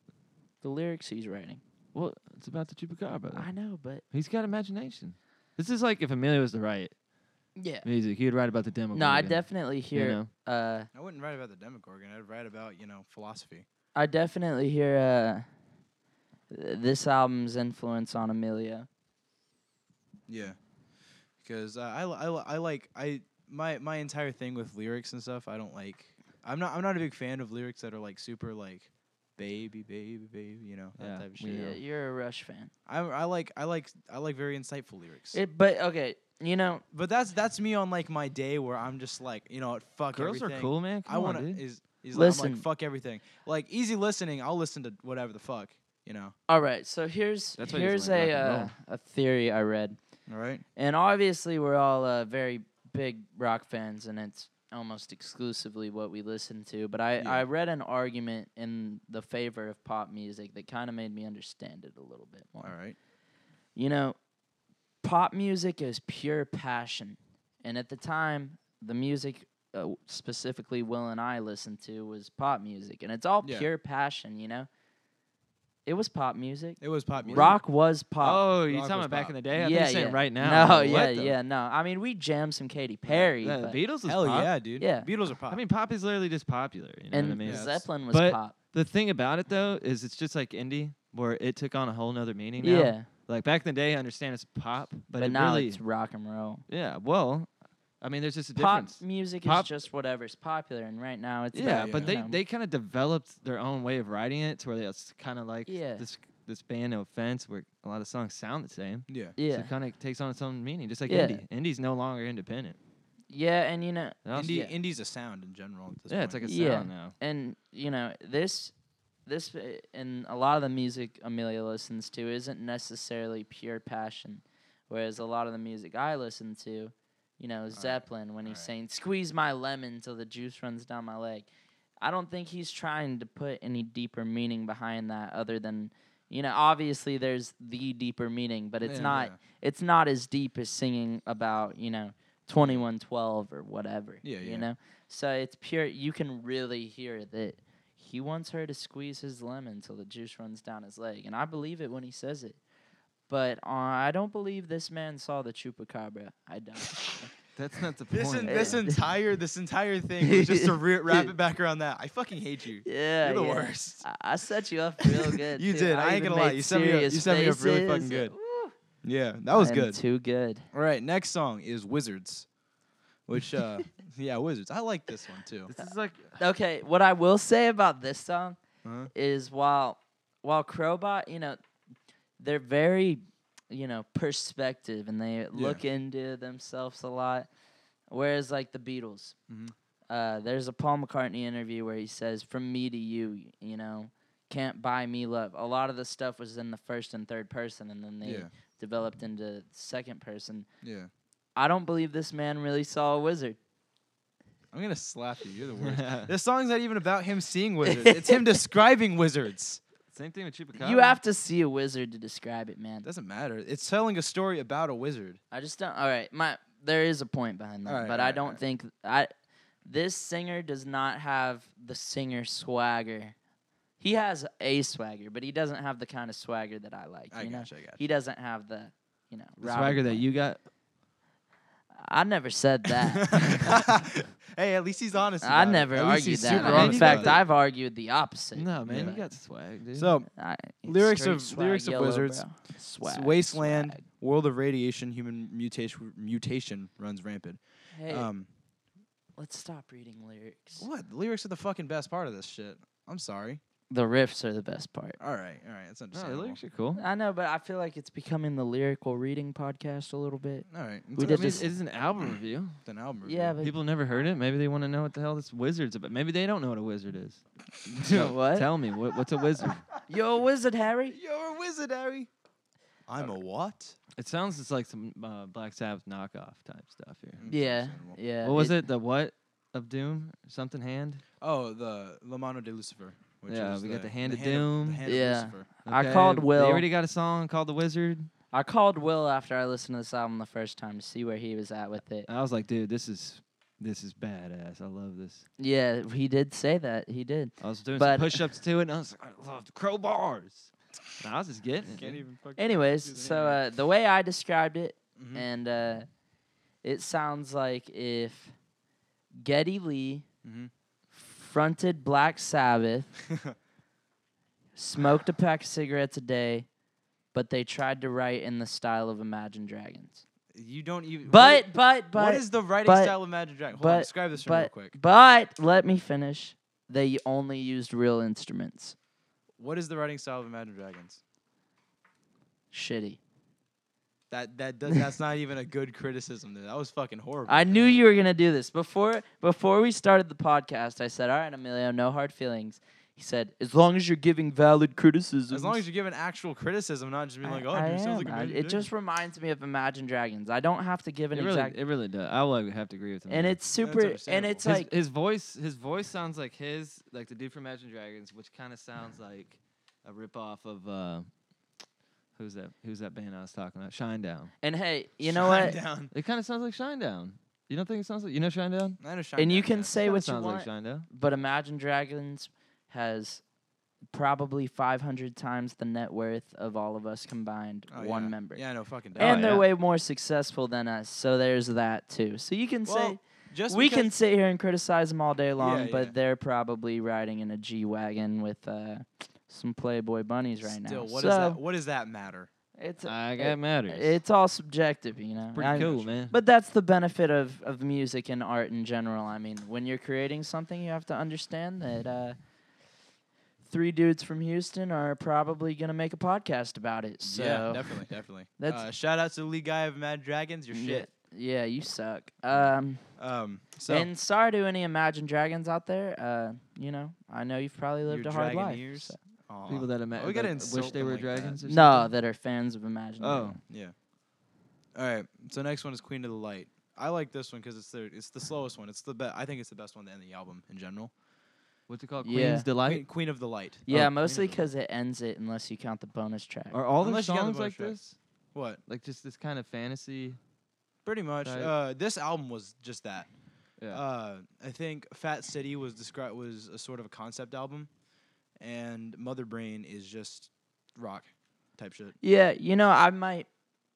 [SPEAKER 2] the lyrics he's writing.
[SPEAKER 1] Well, it's about the chupacabra. though.
[SPEAKER 2] I know, but
[SPEAKER 1] He's got imagination. This is like if Emilio was to write
[SPEAKER 2] yeah,
[SPEAKER 1] music, he'd write about the demo.
[SPEAKER 2] no, I definitely
[SPEAKER 1] you
[SPEAKER 2] hear.
[SPEAKER 1] know?
[SPEAKER 2] Uh,
[SPEAKER 3] I wouldn't write about the Demogorgon. I'd write about you know philosophy.
[SPEAKER 2] I definitely hear. Uh, th- this album's influence on Amelia.
[SPEAKER 3] Yeah, because uh, I, li- I li- I like I my my entire thing with lyrics and stuff. I don't like. I'm not I'm not a big fan of lyrics that are like super like baby baby baby. You know that
[SPEAKER 1] Yeah,
[SPEAKER 3] type of
[SPEAKER 1] we
[SPEAKER 3] shit.
[SPEAKER 1] know.
[SPEAKER 2] Yeah, you're a Rush fan.
[SPEAKER 3] I I like I like I like very insightful lyrics.
[SPEAKER 2] It, but okay, you know,
[SPEAKER 3] but that's that's me on like my day where I'm just like you know what, fuck
[SPEAKER 1] Girls
[SPEAKER 3] everything.
[SPEAKER 1] are cool, man. Come
[SPEAKER 3] I want
[SPEAKER 1] on, dude.
[SPEAKER 3] to is is like, I'm
[SPEAKER 2] Listen.
[SPEAKER 3] like fuck everything. Like easy listening, I'll listen to whatever the fuck, you know.
[SPEAKER 2] all right. So here's
[SPEAKER 1] That's why he
[SPEAKER 2] here's
[SPEAKER 1] doesn't like
[SPEAKER 2] a
[SPEAKER 1] rock and
[SPEAKER 2] uh, a theory I read.
[SPEAKER 3] All right.
[SPEAKER 2] And obviously, we're all uh, very big rock fans, and it's almost exclusively what we listen to. But I,
[SPEAKER 3] Yeah.
[SPEAKER 2] I read an argument in the favor of pop music that kind of made me understand it a little bit more.
[SPEAKER 3] All right.
[SPEAKER 2] You know, pop music is pure passion. And at the time, the music uh, w- specifically Will and I listened to was pop music. And it's all
[SPEAKER 3] Yeah.
[SPEAKER 2] pure passion, you know? It was pop music.
[SPEAKER 3] It was pop music.
[SPEAKER 2] Rock was pop.
[SPEAKER 1] Oh, you're
[SPEAKER 3] Rock
[SPEAKER 1] talking
[SPEAKER 3] was
[SPEAKER 1] about back
[SPEAKER 3] pop.
[SPEAKER 1] in the day? I
[SPEAKER 2] yeah,
[SPEAKER 1] think you're saying
[SPEAKER 2] yeah.
[SPEAKER 1] right now.
[SPEAKER 2] No,
[SPEAKER 1] Like,
[SPEAKER 2] yeah,
[SPEAKER 1] what the-
[SPEAKER 2] yeah, no. I mean, we jammed some Katy Perry,
[SPEAKER 1] Yeah, the
[SPEAKER 2] but-
[SPEAKER 1] Beatles was
[SPEAKER 3] Hell
[SPEAKER 1] pop.
[SPEAKER 3] yeah, dude.
[SPEAKER 2] Yeah.
[SPEAKER 3] Beatles are pop.
[SPEAKER 1] I mean, pop is literally just popular. You know
[SPEAKER 2] and
[SPEAKER 1] what I mean?
[SPEAKER 3] Yeah. that's-
[SPEAKER 2] Zeppelin was
[SPEAKER 1] but-
[SPEAKER 2] pop.
[SPEAKER 1] The thing about it though is it's just like indie, where it took on a whole nother meaning. Now.
[SPEAKER 2] Yeah,
[SPEAKER 1] Like back in the day, I understand it's pop, but,
[SPEAKER 2] but,
[SPEAKER 1] it
[SPEAKER 2] now
[SPEAKER 1] really,
[SPEAKER 2] it's rock and roll.
[SPEAKER 1] yeah. Well, I mean, there's just a
[SPEAKER 2] Pop
[SPEAKER 1] difference.
[SPEAKER 2] music
[SPEAKER 1] Pop-
[SPEAKER 2] is just whatever's popular, and right now it's
[SPEAKER 1] Yeah,
[SPEAKER 2] about,
[SPEAKER 1] but
[SPEAKER 2] you
[SPEAKER 1] they,
[SPEAKER 2] know,
[SPEAKER 1] they kind of developed their own way of writing it to where it's kind of like
[SPEAKER 2] Yeah.
[SPEAKER 1] this this band, no offense, where a lot of songs sound the same.
[SPEAKER 3] yeah.
[SPEAKER 2] yeah
[SPEAKER 1] So it kind of takes on its own meaning, just like
[SPEAKER 2] Yeah.
[SPEAKER 1] indie. Indie's no longer independent.
[SPEAKER 2] yeah, and you know
[SPEAKER 1] They're all-
[SPEAKER 3] Indie,
[SPEAKER 2] yeah.
[SPEAKER 3] Indie's a sound in general. At this
[SPEAKER 1] yeah, it's like
[SPEAKER 3] point.
[SPEAKER 1] a sound
[SPEAKER 2] Yeah.
[SPEAKER 1] now.
[SPEAKER 2] and you know this this uh, and a lot of the music Amelia listens to isn't necessarily pure passion, whereas a lot of the music I listen to, you know, Zeppelin when he's
[SPEAKER 3] alright.
[SPEAKER 2] saying "squeeze my lemon till the juice runs down my leg," I don't think he's trying to put any deeper meaning behind that other than. You know, obviously there's the deeper meaning, but it's
[SPEAKER 3] Yeah,
[SPEAKER 2] not it's not as deep as singing about, you know, 2112 or whatever.
[SPEAKER 3] Yeah, yeah.
[SPEAKER 2] You know? So it's pure. You can really hear that he wants her to squeeze his lemon till the juice runs down his leg. And I believe it when he says it. But uh, I don't believe this man saw the chupacabra. I don't.
[SPEAKER 1] That's not the point.
[SPEAKER 3] This, en-
[SPEAKER 2] Yeah.
[SPEAKER 3] this entire this entire thing was just to re- wrap it back around that. I fucking hate you.
[SPEAKER 2] yeah.
[SPEAKER 3] You're the
[SPEAKER 2] yeah.
[SPEAKER 3] worst.
[SPEAKER 2] I, I set you up real good.
[SPEAKER 3] You
[SPEAKER 2] too.
[SPEAKER 3] did. I ain't
[SPEAKER 2] even
[SPEAKER 3] gonna lie.
[SPEAKER 2] made
[SPEAKER 3] You set me up- you
[SPEAKER 2] serious
[SPEAKER 3] set me up really fucking
[SPEAKER 2] faces.
[SPEAKER 3] good.
[SPEAKER 2] Woo.
[SPEAKER 3] Yeah, that was
[SPEAKER 2] I am
[SPEAKER 3] good.
[SPEAKER 2] Too good.
[SPEAKER 3] All right, next song is Wizards, which uh yeah, Wizards. I like this one too.
[SPEAKER 1] this is like
[SPEAKER 2] okay, what I will say about this song
[SPEAKER 3] Uh-huh.
[SPEAKER 2] is while while Crowbot, you know, they're very, you know, perspective and they look into themselves a lot. Whereas like the Beatles,
[SPEAKER 3] Mhm.
[SPEAKER 2] uh, there's a Paul McCartney interview where he says, "From me to you, y- you know, can't buy me love." A lot of the stuff was in the first and third person, and then they
[SPEAKER 3] Yeah.
[SPEAKER 2] developed into second person.
[SPEAKER 3] Yeah.
[SPEAKER 2] I don't believe this man really saw a wizard.
[SPEAKER 3] I'm gonna slap you. You're the worst. this song's not even about him seeing wizards. It's him describing wizards.
[SPEAKER 1] Same thing with Chupacabra.
[SPEAKER 2] You have to see a wizard to describe it, man.
[SPEAKER 3] Doesn't matter. It's telling a story about a wizard.
[SPEAKER 2] I just don't. All right, my there is a point behind that,
[SPEAKER 3] All right,
[SPEAKER 2] but
[SPEAKER 3] all
[SPEAKER 2] I
[SPEAKER 3] right,
[SPEAKER 2] don't
[SPEAKER 3] all right.
[SPEAKER 2] think I. This singer does not have the singer swagger. He has a swagger, but he doesn't have the kind of swagger that I like.
[SPEAKER 3] I
[SPEAKER 2] you know?
[SPEAKER 3] gotcha. I gotcha.
[SPEAKER 2] He doesn't have the, you know,
[SPEAKER 1] the
[SPEAKER 2] Robin
[SPEAKER 1] swagger that
[SPEAKER 2] Hood.
[SPEAKER 1] you got.
[SPEAKER 2] I never said that.
[SPEAKER 3] hey, at least he's honest.
[SPEAKER 2] I
[SPEAKER 3] about it.
[SPEAKER 2] never
[SPEAKER 3] At least
[SPEAKER 2] argued
[SPEAKER 3] he's
[SPEAKER 2] that.
[SPEAKER 3] super
[SPEAKER 1] man.
[SPEAKER 2] In
[SPEAKER 3] honest
[SPEAKER 2] fact,
[SPEAKER 3] about
[SPEAKER 2] I've argued the opposite.
[SPEAKER 1] No, man,
[SPEAKER 3] Yeah.
[SPEAKER 1] you got swag,
[SPEAKER 3] it.
[SPEAKER 1] dude.
[SPEAKER 3] so
[SPEAKER 2] I-
[SPEAKER 3] Lyrics
[SPEAKER 2] straight
[SPEAKER 3] of- lyrics of
[SPEAKER 2] yellow,
[SPEAKER 3] Wizards.
[SPEAKER 2] bro.
[SPEAKER 3] it's
[SPEAKER 2] Swag,
[SPEAKER 3] wasteland,
[SPEAKER 2] swag.
[SPEAKER 3] world of radiation, human mutation mutation runs rampant.
[SPEAKER 2] Hey,
[SPEAKER 3] Um,
[SPEAKER 2] let's stop reading lyrics.
[SPEAKER 3] what The lyrics are the fucking best part of this shit? I'm sorry.
[SPEAKER 2] The riffs are the best part.
[SPEAKER 3] All right, all right, that's
[SPEAKER 1] no, the
[SPEAKER 3] understandable.
[SPEAKER 1] lyrics are cool.
[SPEAKER 2] I know, but I feel like it's becoming the lyrical reading podcast a little bit.
[SPEAKER 3] all right,
[SPEAKER 2] We
[SPEAKER 1] I
[SPEAKER 3] it's
[SPEAKER 2] did
[SPEAKER 1] mean,
[SPEAKER 2] this-
[SPEAKER 1] It is an album review.
[SPEAKER 3] an album. review.
[SPEAKER 2] Yeah, but
[SPEAKER 1] People have never heard it. Maybe they want to know what the hell this wizard's about. Maybe they don't know what a wizard is.
[SPEAKER 2] Yo, what?
[SPEAKER 1] Tell me, what, what's a wizard?
[SPEAKER 2] Yo, Wizard Harry.
[SPEAKER 3] You're a wizard, Harry. I'm a what?
[SPEAKER 1] It sounds just like some uh, Black Sabbath knockoff type stuff here.
[SPEAKER 3] Mm, it's
[SPEAKER 2] Yeah,
[SPEAKER 3] understandable.
[SPEAKER 2] yeah.
[SPEAKER 1] what was it? The what of doom? Something hand?
[SPEAKER 3] Oh, the La Mano de Lucifer. Which
[SPEAKER 1] Yeah,
[SPEAKER 3] is
[SPEAKER 1] we got the Hand of
[SPEAKER 3] the
[SPEAKER 1] Doom.
[SPEAKER 3] hand of
[SPEAKER 2] Yeah.
[SPEAKER 3] Lucifer.
[SPEAKER 2] I called
[SPEAKER 1] w-
[SPEAKER 2] Will.
[SPEAKER 1] They already got a song called The Wizard.
[SPEAKER 2] I called Will after I listened to this album the first time to see where he was at with it.
[SPEAKER 1] I was like, dude, this is this is badass. I love this.
[SPEAKER 2] Yeah, he did say that. He did.
[SPEAKER 1] I was doing
[SPEAKER 2] But-
[SPEAKER 1] some push-ups to it, and I was like, I love crowbars. And I was just getting it. dude.
[SPEAKER 3] even fucking.
[SPEAKER 2] Anyways, so uh, the way I described it,
[SPEAKER 1] Mm-hmm.
[SPEAKER 3] Mhm.
[SPEAKER 2] and uh, it sounds like if Getty Lee
[SPEAKER 1] Mm-hmm.
[SPEAKER 3] Mhm.
[SPEAKER 2] fronted Black Sabbath, smoked a pack of cigarettes a day, but they tried to write in the style of Imagine Dragons.
[SPEAKER 3] you don't even.
[SPEAKER 2] But,
[SPEAKER 3] what,
[SPEAKER 2] but, but.
[SPEAKER 3] what is the writing
[SPEAKER 2] but-
[SPEAKER 3] style of Magic Dragon? Hold
[SPEAKER 2] but-
[SPEAKER 3] on, describe this for me real
[SPEAKER 2] but,
[SPEAKER 3] quick.
[SPEAKER 2] but let me finish. They only used real instruments.
[SPEAKER 3] What is the writing style of Imagine Dragons?
[SPEAKER 2] Shitty.
[SPEAKER 3] That that does, that's not even a good criticism. Dude. That was fucking horrible.
[SPEAKER 2] I knew you were gonna do this before. Before we started the podcast, I said, "All right, Emilio, no hard feelings." He said, "As long as you're giving valid criticism."
[SPEAKER 3] As long as you give an actual criticism, not just being like, oh, dude, it sounds like Imagine
[SPEAKER 2] it
[SPEAKER 3] Dragons."
[SPEAKER 2] just reminds me of Imagine Dragons. I don't have to give an
[SPEAKER 1] It really,
[SPEAKER 2] exact.
[SPEAKER 1] it really does. I will have to agree with him.
[SPEAKER 2] and
[SPEAKER 1] there.
[SPEAKER 2] it's super. And
[SPEAKER 3] understandable.
[SPEAKER 2] it's
[SPEAKER 1] his,
[SPEAKER 2] like
[SPEAKER 1] his voice. His voice sounds like his, like the dude from Imagine Dragons, which kind of sounds like a ripoff of uh, who's that? Who's that band I was talking about? Shinedown.
[SPEAKER 2] And hey, you know
[SPEAKER 3] Shine
[SPEAKER 2] what?
[SPEAKER 3] Down.
[SPEAKER 1] It kind of sounds like Shinedown. You don't think it sounds like you know Shinedown?
[SPEAKER 3] I know Shine
[SPEAKER 2] And you
[SPEAKER 3] Down,
[SPEAKER 2] can
[SPEAKER 3] yeah.
[SPEAKER 2] say
[SPEAKER 1] Kinda
[SPEAKER 2] what you
[SPEAKER 1] sounds like
[SPEAKER 2] want,
[SPEAKER 1] Shinedown.
[SPEAKER 2] but Imagine Dragons has probably 500 times the net worth of all of us combined.
[SPEAKER 3] Oh,
[SPEAKER 2] One
[SPEAKER 3] yeah.
[SPEAKER 2] member.
[SPEAKER 3] Yeah, I know, fucking. Down.
[SPEAKER 2] And
[SPEAKER 1] Oh,
[SPEAKER 2] they're
[SPEAKER 1] yeah.
[SPEAKER 2] way more successful than us, so there's that too. So you can say
[SPEAKER 3] Well, just
[SPEAKER 2] we
[SPEAKER 3] because-
[SPEAKER 2] can sit here and criticize them all day long,
[SPEAKER 3] Yeah,
[SPEAKER 2] but
[SPEAKER 3] yeah.
[SPEAKER 2] they're probably riding in a G wagon with uh, some Playboy bunnies right now.
[SPEAKER 3] Still, what
[SPEAKER 2] so
[SPEAKER 3] does that? What does that matter?
[SPEAKER 2] It's
[SPEAKER 1] I
[SPEAKER 2] it-
[SPEAKER 1] got matters.
[SPEAKER 2] it's all subjective, you know.
[SPEAKER 1] pretty
[SPEAKER 2] I-
[SPEAKER 1] cool, man.
[SPEAKER 2] But that's the benefit of, of music and art in general. I mean, when you're creating something, you have to understand that uh, three dudes from Houston are probably going to make a podcast about it. So
[SPEAKER 3] yeah, definitely, definitely.
[SPEAKER 2] That's-
[SPEAKER 3] uh, shout out to the lead guy of Mad Dragons. Your
[SPEAKER 2] yeah,
[SPEAKER 3] shit.
[SPEAKER 2] Yeah, you suck. Um,
[SPEAKER 3] Um, so
[SPEAKER 2] and sorry to any Imagine Dragons out there. Uh, you know, I know you've probably lived
[SPEAKER 3] your
[SPEAKER 2] a hard
[SPEAKER 3] dragon
[SPEAKER 2] life.
[SPEAKER 3] ears.
[SPEAKER 2] so-
[SPEAKER 3] Aw.
[SPEAKER 1] People that, ima-
[SPEAKER 3] we gotta
[SPEAKER 1] that wish
[SPEAKER 3] insult
[SPEAKER 1] they
[SPEAKER 3] them
[SPEAKER 1] were
[SPEAKER 3] like that.
[SPEAKER 1] dragons. Or
[SPEAKER 2] No,
[SPEAKER 1] something?
[SPEAKER 2] that are fans of Imagine.
[SPEAKER 1] Oh,
[SPEAKER 2] Dragons.
[SPEAKER 3] yeah. All right. So next one is Queen of the Light. I like this one because it's the it's the slowest one. It's the best. I think it's the best one to end the album in general.
[SPEAKER 1] what's it called?
[SPEAKER 2] Yeah.
[SPEAKER 1] Queen's
[SPEAKER 3] Queen,
[SPEAKER 1] Delight.
[SPEAKER 3] Queen of the Light.
[SPEAKER 2] yeah,
[SPEAKER 1] Oh,
[SPEAKER 2] mostly
[SPEAKER 3] Queen of the Light.
[SPEAKER 2] 'cause it ends it unless you count the bonus track.
[SPEAKER 1] Are all the
[SPEAKER 3] Unless you got the
[SPEAKER 1] songs
[SPEAKER 3] bonus
[SPEAKER 1] like
[SPEAKER 3] track.
[SPEAKER 1] this?
[SPEAKER 3] What?
[SPEAKER 1] Like just this kind of fantasy?
[SPEAKER 3] Pretty much.
[SPEAKER 1] Right.
[SPEAKER 3] Uh, this album was just that.
[SPEAKER 1] Yeah.
[SPEAKER 3] Uh, I think Fat City was described was a sort of a concept album, and Mother Brain is just rock type shit.
[SPEAKER 2] Yeah, you know, I might.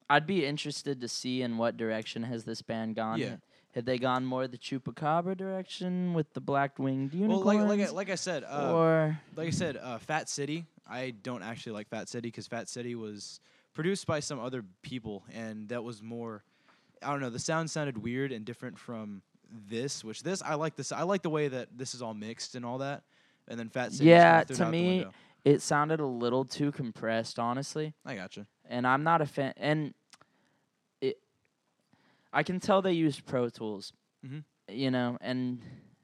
[SPEAKER 2] I'd be interested to see in what direction has this band gone.
[SPEAKER 3] Yeah.
[SPEAKER 2] Had they gone more the chupacabra direction with the black winged
[SPEAKER 3] Well,
[SPEAKER 2] unicorns?
[SPEAKER 3] like like I, like I said, uh,
[SPEAKER 2] or
[SPEAKER 3] like I said, uh, Fat City. I don't actually like Fat City because Fat City was produced by some other people, and that was more. I don't know. The sound sounded weird and different from this, which this I like. This I like the way that this is all mixed and all that, and then Fat City.
[SPEAKER 2] Yeah,
[SPEAKER 3] just kinda threw it out
[SPEAKER 2] to
[SPEAKER 3] the
[SPEAKER 2] me-
[SPEAKER 3] window.
[SPEAKER 2] it sounded a little too compressed, honestly.
[SPEAKER 3] I gotcha.
[SPEAKER 2] And I'm not a fan. And it, I can tell they used Pro Tools,
[SPEAKER 3] Mhm.
[SPEAKER 2] You know, and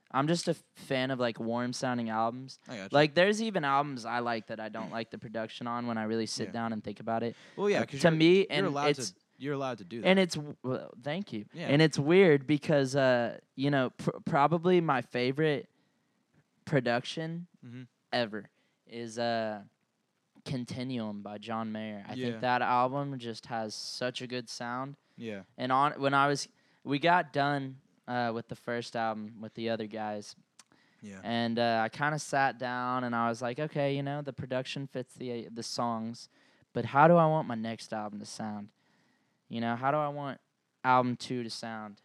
[SPEAKER 2] I'm just a f- fan of like warm sounding albums.
[SPEAKER 3] I got you.
[SPEAKER 2] Like there's even albums I like that I don't like the production on when I really sit
[SPEAKER 3] Yeah.
[SPEAKER 2] down and think about it.
[SPEAKER 3] well, yeah,
[SPEAKER 2] Like,
[SPEAKER 3] because
[SPEAKER 2] Uh, to me
[SPEAKER 3] you're
[SPEAKER 2] and
[SPEAKER 3] allowed
[SPEAKER 2] it's
[SPEAKER 3] to you're allowed to do that.
[SPEAKER 2] and it's w- well, thank you.
[SPEAKER 3] Yeah.
[SPEAKER 2] And it's weird because uh you know pr- probably my favorite production
[SPEAKER 3] Mhm.
[SPEAKER 2] ever is uh Continuum by John Mayer. I
[SPEAKER 3] Yeah.
[SPEAKER 2] think that album just has such a good sound.
[SPEAKER 3] yeah,
[SPEAKER 2] And on when I was, we got done uh, with the first album with the other guys,
[SPEAKER 3] yeah,
[SPEAKER 2] and uh, I kind of sat down and I was like, okay, you know, the production fits the the songs, but how do I want my next album to sound? You know, how do I want album two to sound?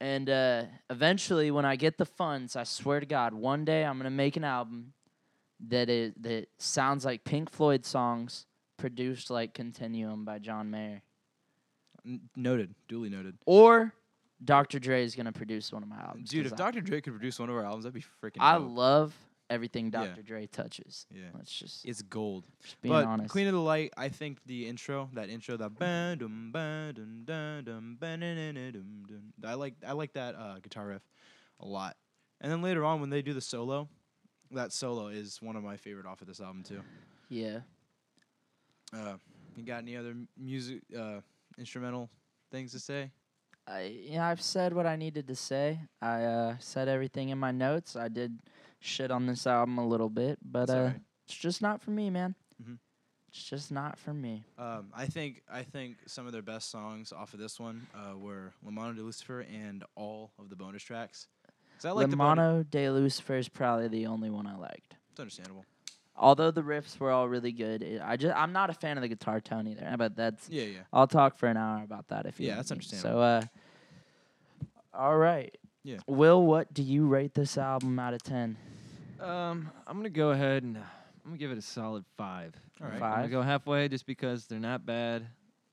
[SPEAKER 2] And uh, eventually, when I get the funds, I swear to God, one day I'm gonna make an album that is that sounds like Pink Floyd songs produced like Continuum by John Mayer.
[SPEAKER 3] N- noted, duly noted.
[SPEAKER 2] Or Dr. Dre is gonna produce one of my albums.
[SPEAKER 3] Dude, if
[SPEAKER 2] 'cause
[SPEAKER 3] Dr. Dre could produce one of our albums, that'd be freaking.
[SPEAKER 2] I, I
[SPEAKER 3] dope.
[SPEAKER 2] love everything
[SPEAKER 3] Yeah.
[SPEAKER 2] Dr. Dre touches.
[SPEAKER 3] yeah,
[SPEAKER 2] Let's just,
[SPEAKER 3] it's gold.
[SPEAKER 2] just being
[SPEAKER 3] but
[SPEAKER 2] honest.
[SPEAKER 3] Queen of the Light, I think the intro, that intro, that bam, dum, bam, dum, dum, dum, bam, dum, dum, dum, dum, dum. I like I like that uh, guitar riff a lot. And then later on when they do the solo, that solo is one of my favorite off of this album too.
[SPEAKER 2] yeah.
[SPEAKER 3] Uh, you got any other m- music uh, instrumental things to say?
[SPEAKER 2] I yeah, I've said what I needed to say. I uh, said everything in my notes. I did shit on this album a little bit, but
[SPEAKER 3] That's
[SPEAKER 2] uh,
[SPEAKER 3] alright.
[SPEAKER 2] it's just not for me, man.
[SPEAKER 3] Mhm.
[SPEAKER 2] It's just not for me.
[SPEAKER 3] Um, I think I think some of their best songs off of this one uh, were Lamano de Lucifer and all of the bonus tracks. 'Cause I like the bonus.
[SPEAKER 2] Lemano de Lucifer is probably the only one I liked.
[SPEAKER 3] It's understandable.
[SPEAKER 2] Although the riffs were all really good, it, I just I'm not a fan of the guitar tone either. But that's
[SPEAKER 3] Yeah, yeah,
[SPEAKER 2] I'll talk for an hour about that if you.
[SPEAKER 3] Yeah,
[SPEAKER 2] want
[SPEAKER 3] that's
[SPEAKER 2] me.
[SPEAKER 3] understandable.
[SPEAKER 2] So, uh, all right.
[SPEAKER 3] Yeah.
[SPEAKER 2] Will, what do you rate this album out of ten?
[SPEAKER 1] Um, I'm gonna go ahead and uh, I'm gonna give it a solid five.
[SPEAKER 3] All right.
[SPEAKER 1] I'm gonna
[SPEAKER 2] Five.
[SPEAKER 1] go halfway just because they're not bad.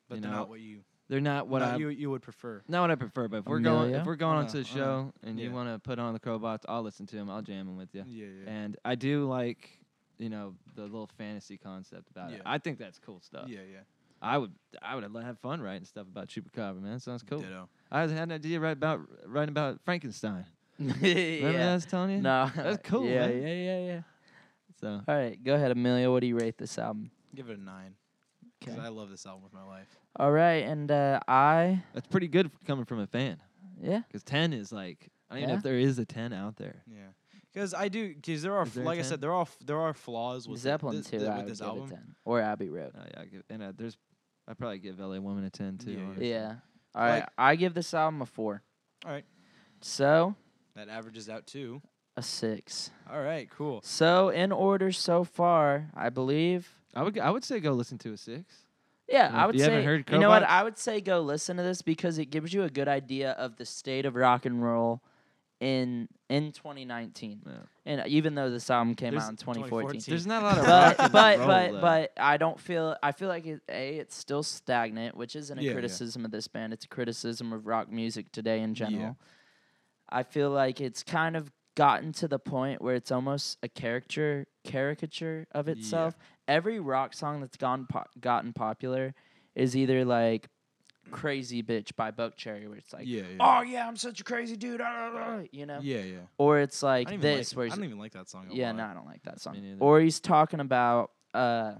[SPEAKER 3] but
[SPEAKER 1] you
[SPEAKER 3] they're
[SPEAKER 1] know,
[SPEAKER 3] not what you
[SPEAKER 1] They're not what
[SPEAKER 3] not
[SPEAKER 1] I
[SPEAKER 3] Uh, you you would prefer.
[SPEAKER 1] not what I prefer. But if we're going
[SPEAKER 2] Amelia?
[SPEAKER 1] if we're going
[SPEAKER 3] Oh,
[SPEAKER 1] onto
[SPEAKER 3] no.
[SPEAKER 1] the
[SPEAKER 3] Oh, no.
[SPEAKER 1] show and you
[SPEAKER 3] Yeah.
[SPEAKER 1] want to put on the Crowbots, I'll listen to them. I'll jam them with you.
[SPEAKER 3] Yeah, yeah.
[SPEAKER 1] And I do like you know the little fantasy concept about it.
[SPEAKER 3] Yeah.
[SPEAKER 1] I think that's cool stuff.
[SPEAKER 3] yeah, yeah.
[SPEAKER 1] I would I would have fun writing stuff about Chupacabra, man. That sounds cool.
[SPEAKER 3] Ditto.
[SPEAKER 1] I had an idea right about writing about Frankenstein. Remember that I
[SPEAKER 2] yeah.
[SPEAKER 1] was telling you?
[SPEAKER 2] No.
[SPEAKER 1] That's cool,
[SPEAKER 2] Yeah,
[SPEAKER 1] man.
[SPEAKER 2] yeah, yeah, yeah.
[SPEAKER 1] So
[SPEAKER 2] All right, go ahead, Amelia. What do you rate this album?
[SPEAKER 3] Give it a nine. Because I love this album with my life.
[SPEAKER 2] All right, and uh, I
[SPEAKER 1] that's pretty good f- coming from a fan.
[SPEAKER 2] yeah.
[SPEAKER 1] Because 10 is like, I don't even know
[SPEAKER 2] Yeah.
[SPEAKER 1] if there is a 10 out there.
[SPEAKER 3] Yeah. Because I do. Because there are,
[SPEAKER 1] Is
[SPEAKER 3] f-
[SPEAKER 1] there a
[SPEAKER 3] like I
[SPEAKER 1] 10?
[SPEAKER 3] said, there are f- there are flaws with
[SPEAKER 2] Zeppelin
[SPEAKER 3] this,
[SPEAKER 2] too.
[SPEAKER 3] thi-
[SPEAKER 2] I
[SPEAKER 3] with
[SPEAKER 2] would
[SPEAKER 3] this
[SPEAKER 2] give
[SPEAKER 3] album.
[SPEAKER 2] it ten. Or Abbey Road.
[SPEAKER 1] Oh, yeah, I give, and uh, there's, I probably give LA Woman a 10 too.
[SPEAKER 3] Yeah, yeah.
[SPEAKER 1] honestly.
[SPEAKER 2] Yeah. All right,
[SPEAKER 3] Like-
[SPEAKER 2] I give this album a four.
[SPEAKER 3] All right.
[SPEAKER 2] So
[SPEAKER 3] That averages out too.
[SPEAKER 2] a six.
[SPEAKER 3] All right. Cool.
[SPEAKER 2] So in order so far, I believe
[SPEAKER 1] I would, g- I would say go listen to a 6.
[SPEAKER 2] Yeah,
[SPEAKER 1] And
[SPEAKER 2] I
[SPEAKER 1] if
[SPEAKER 2] would
[SPEAKER 1] you
[SPEAKER 2] say.
[SPEAKER 1] haven't heard
[SPEAKER 2] you know what?
[SPEAKER 1] Cobots-
[SPEAKER 2] I would say go listen to this because it gives you a good idea of the state of rock and roll in in 2019.
[SPEAKER 1] Yeah.
[SPEAKER 2] And even though this album came
[SPEAKER 1] There's-
[SPEAKER 2] out in 2014,
[SPEAKER 1] There's not a lot of
[SPEAKER 2] but
[SPEAKER 1] rock and
[SPEAKER 2] but
[SPEAKER 1] roll,
[SPEAKER 2] but
[SPEAKER 1] though.
[SPEAKER 2] but I don't feel I feel like it, a it's still stagnant, which isn't a
[SPEAKER 3] Yeah, yeah.
[SPEAKER 2] criticism of this band. It's a criticism of rock music today in
[SPEAKER 3] Yeah.
[SPEAKER 2] general. I feel like it's kind of gotten to the point where it's almost a caricature caricature of
[SPEAKER 3] Yeah.
[SPEAKER 2] itself. Every rock song that's gone po- gotten popular is either like "Crazy Bitch" by Buckcherry, where it's like,
[SPEAKER 3] yeah, yeah.
[SPEAKER 2] "Oh yeah, I'm such a crazy dude," ah, ah, ah," you know,
[SPEAKER 3] yeah, yeah.
[SPEAKER 2] or it's
[SPEAKER 3] I
[SPEAKER 2] like
[SPEAKER 3] don't even
[SPEAKER 2] this,
[SPEAKER 3] like,
[SPEAKER 2] where
[SPEAKER 3] I
[SPEAKER 2] he's
[SPEAKER 3] don't even like that song. a
[SPEAKER 2] yeah,
[SPEAKER 3] lot.
[SPEAKER 2] no, I don't like that song.
[SPEAKER 1] neither.
[SPEAKER 2] Or he's talking about, uh,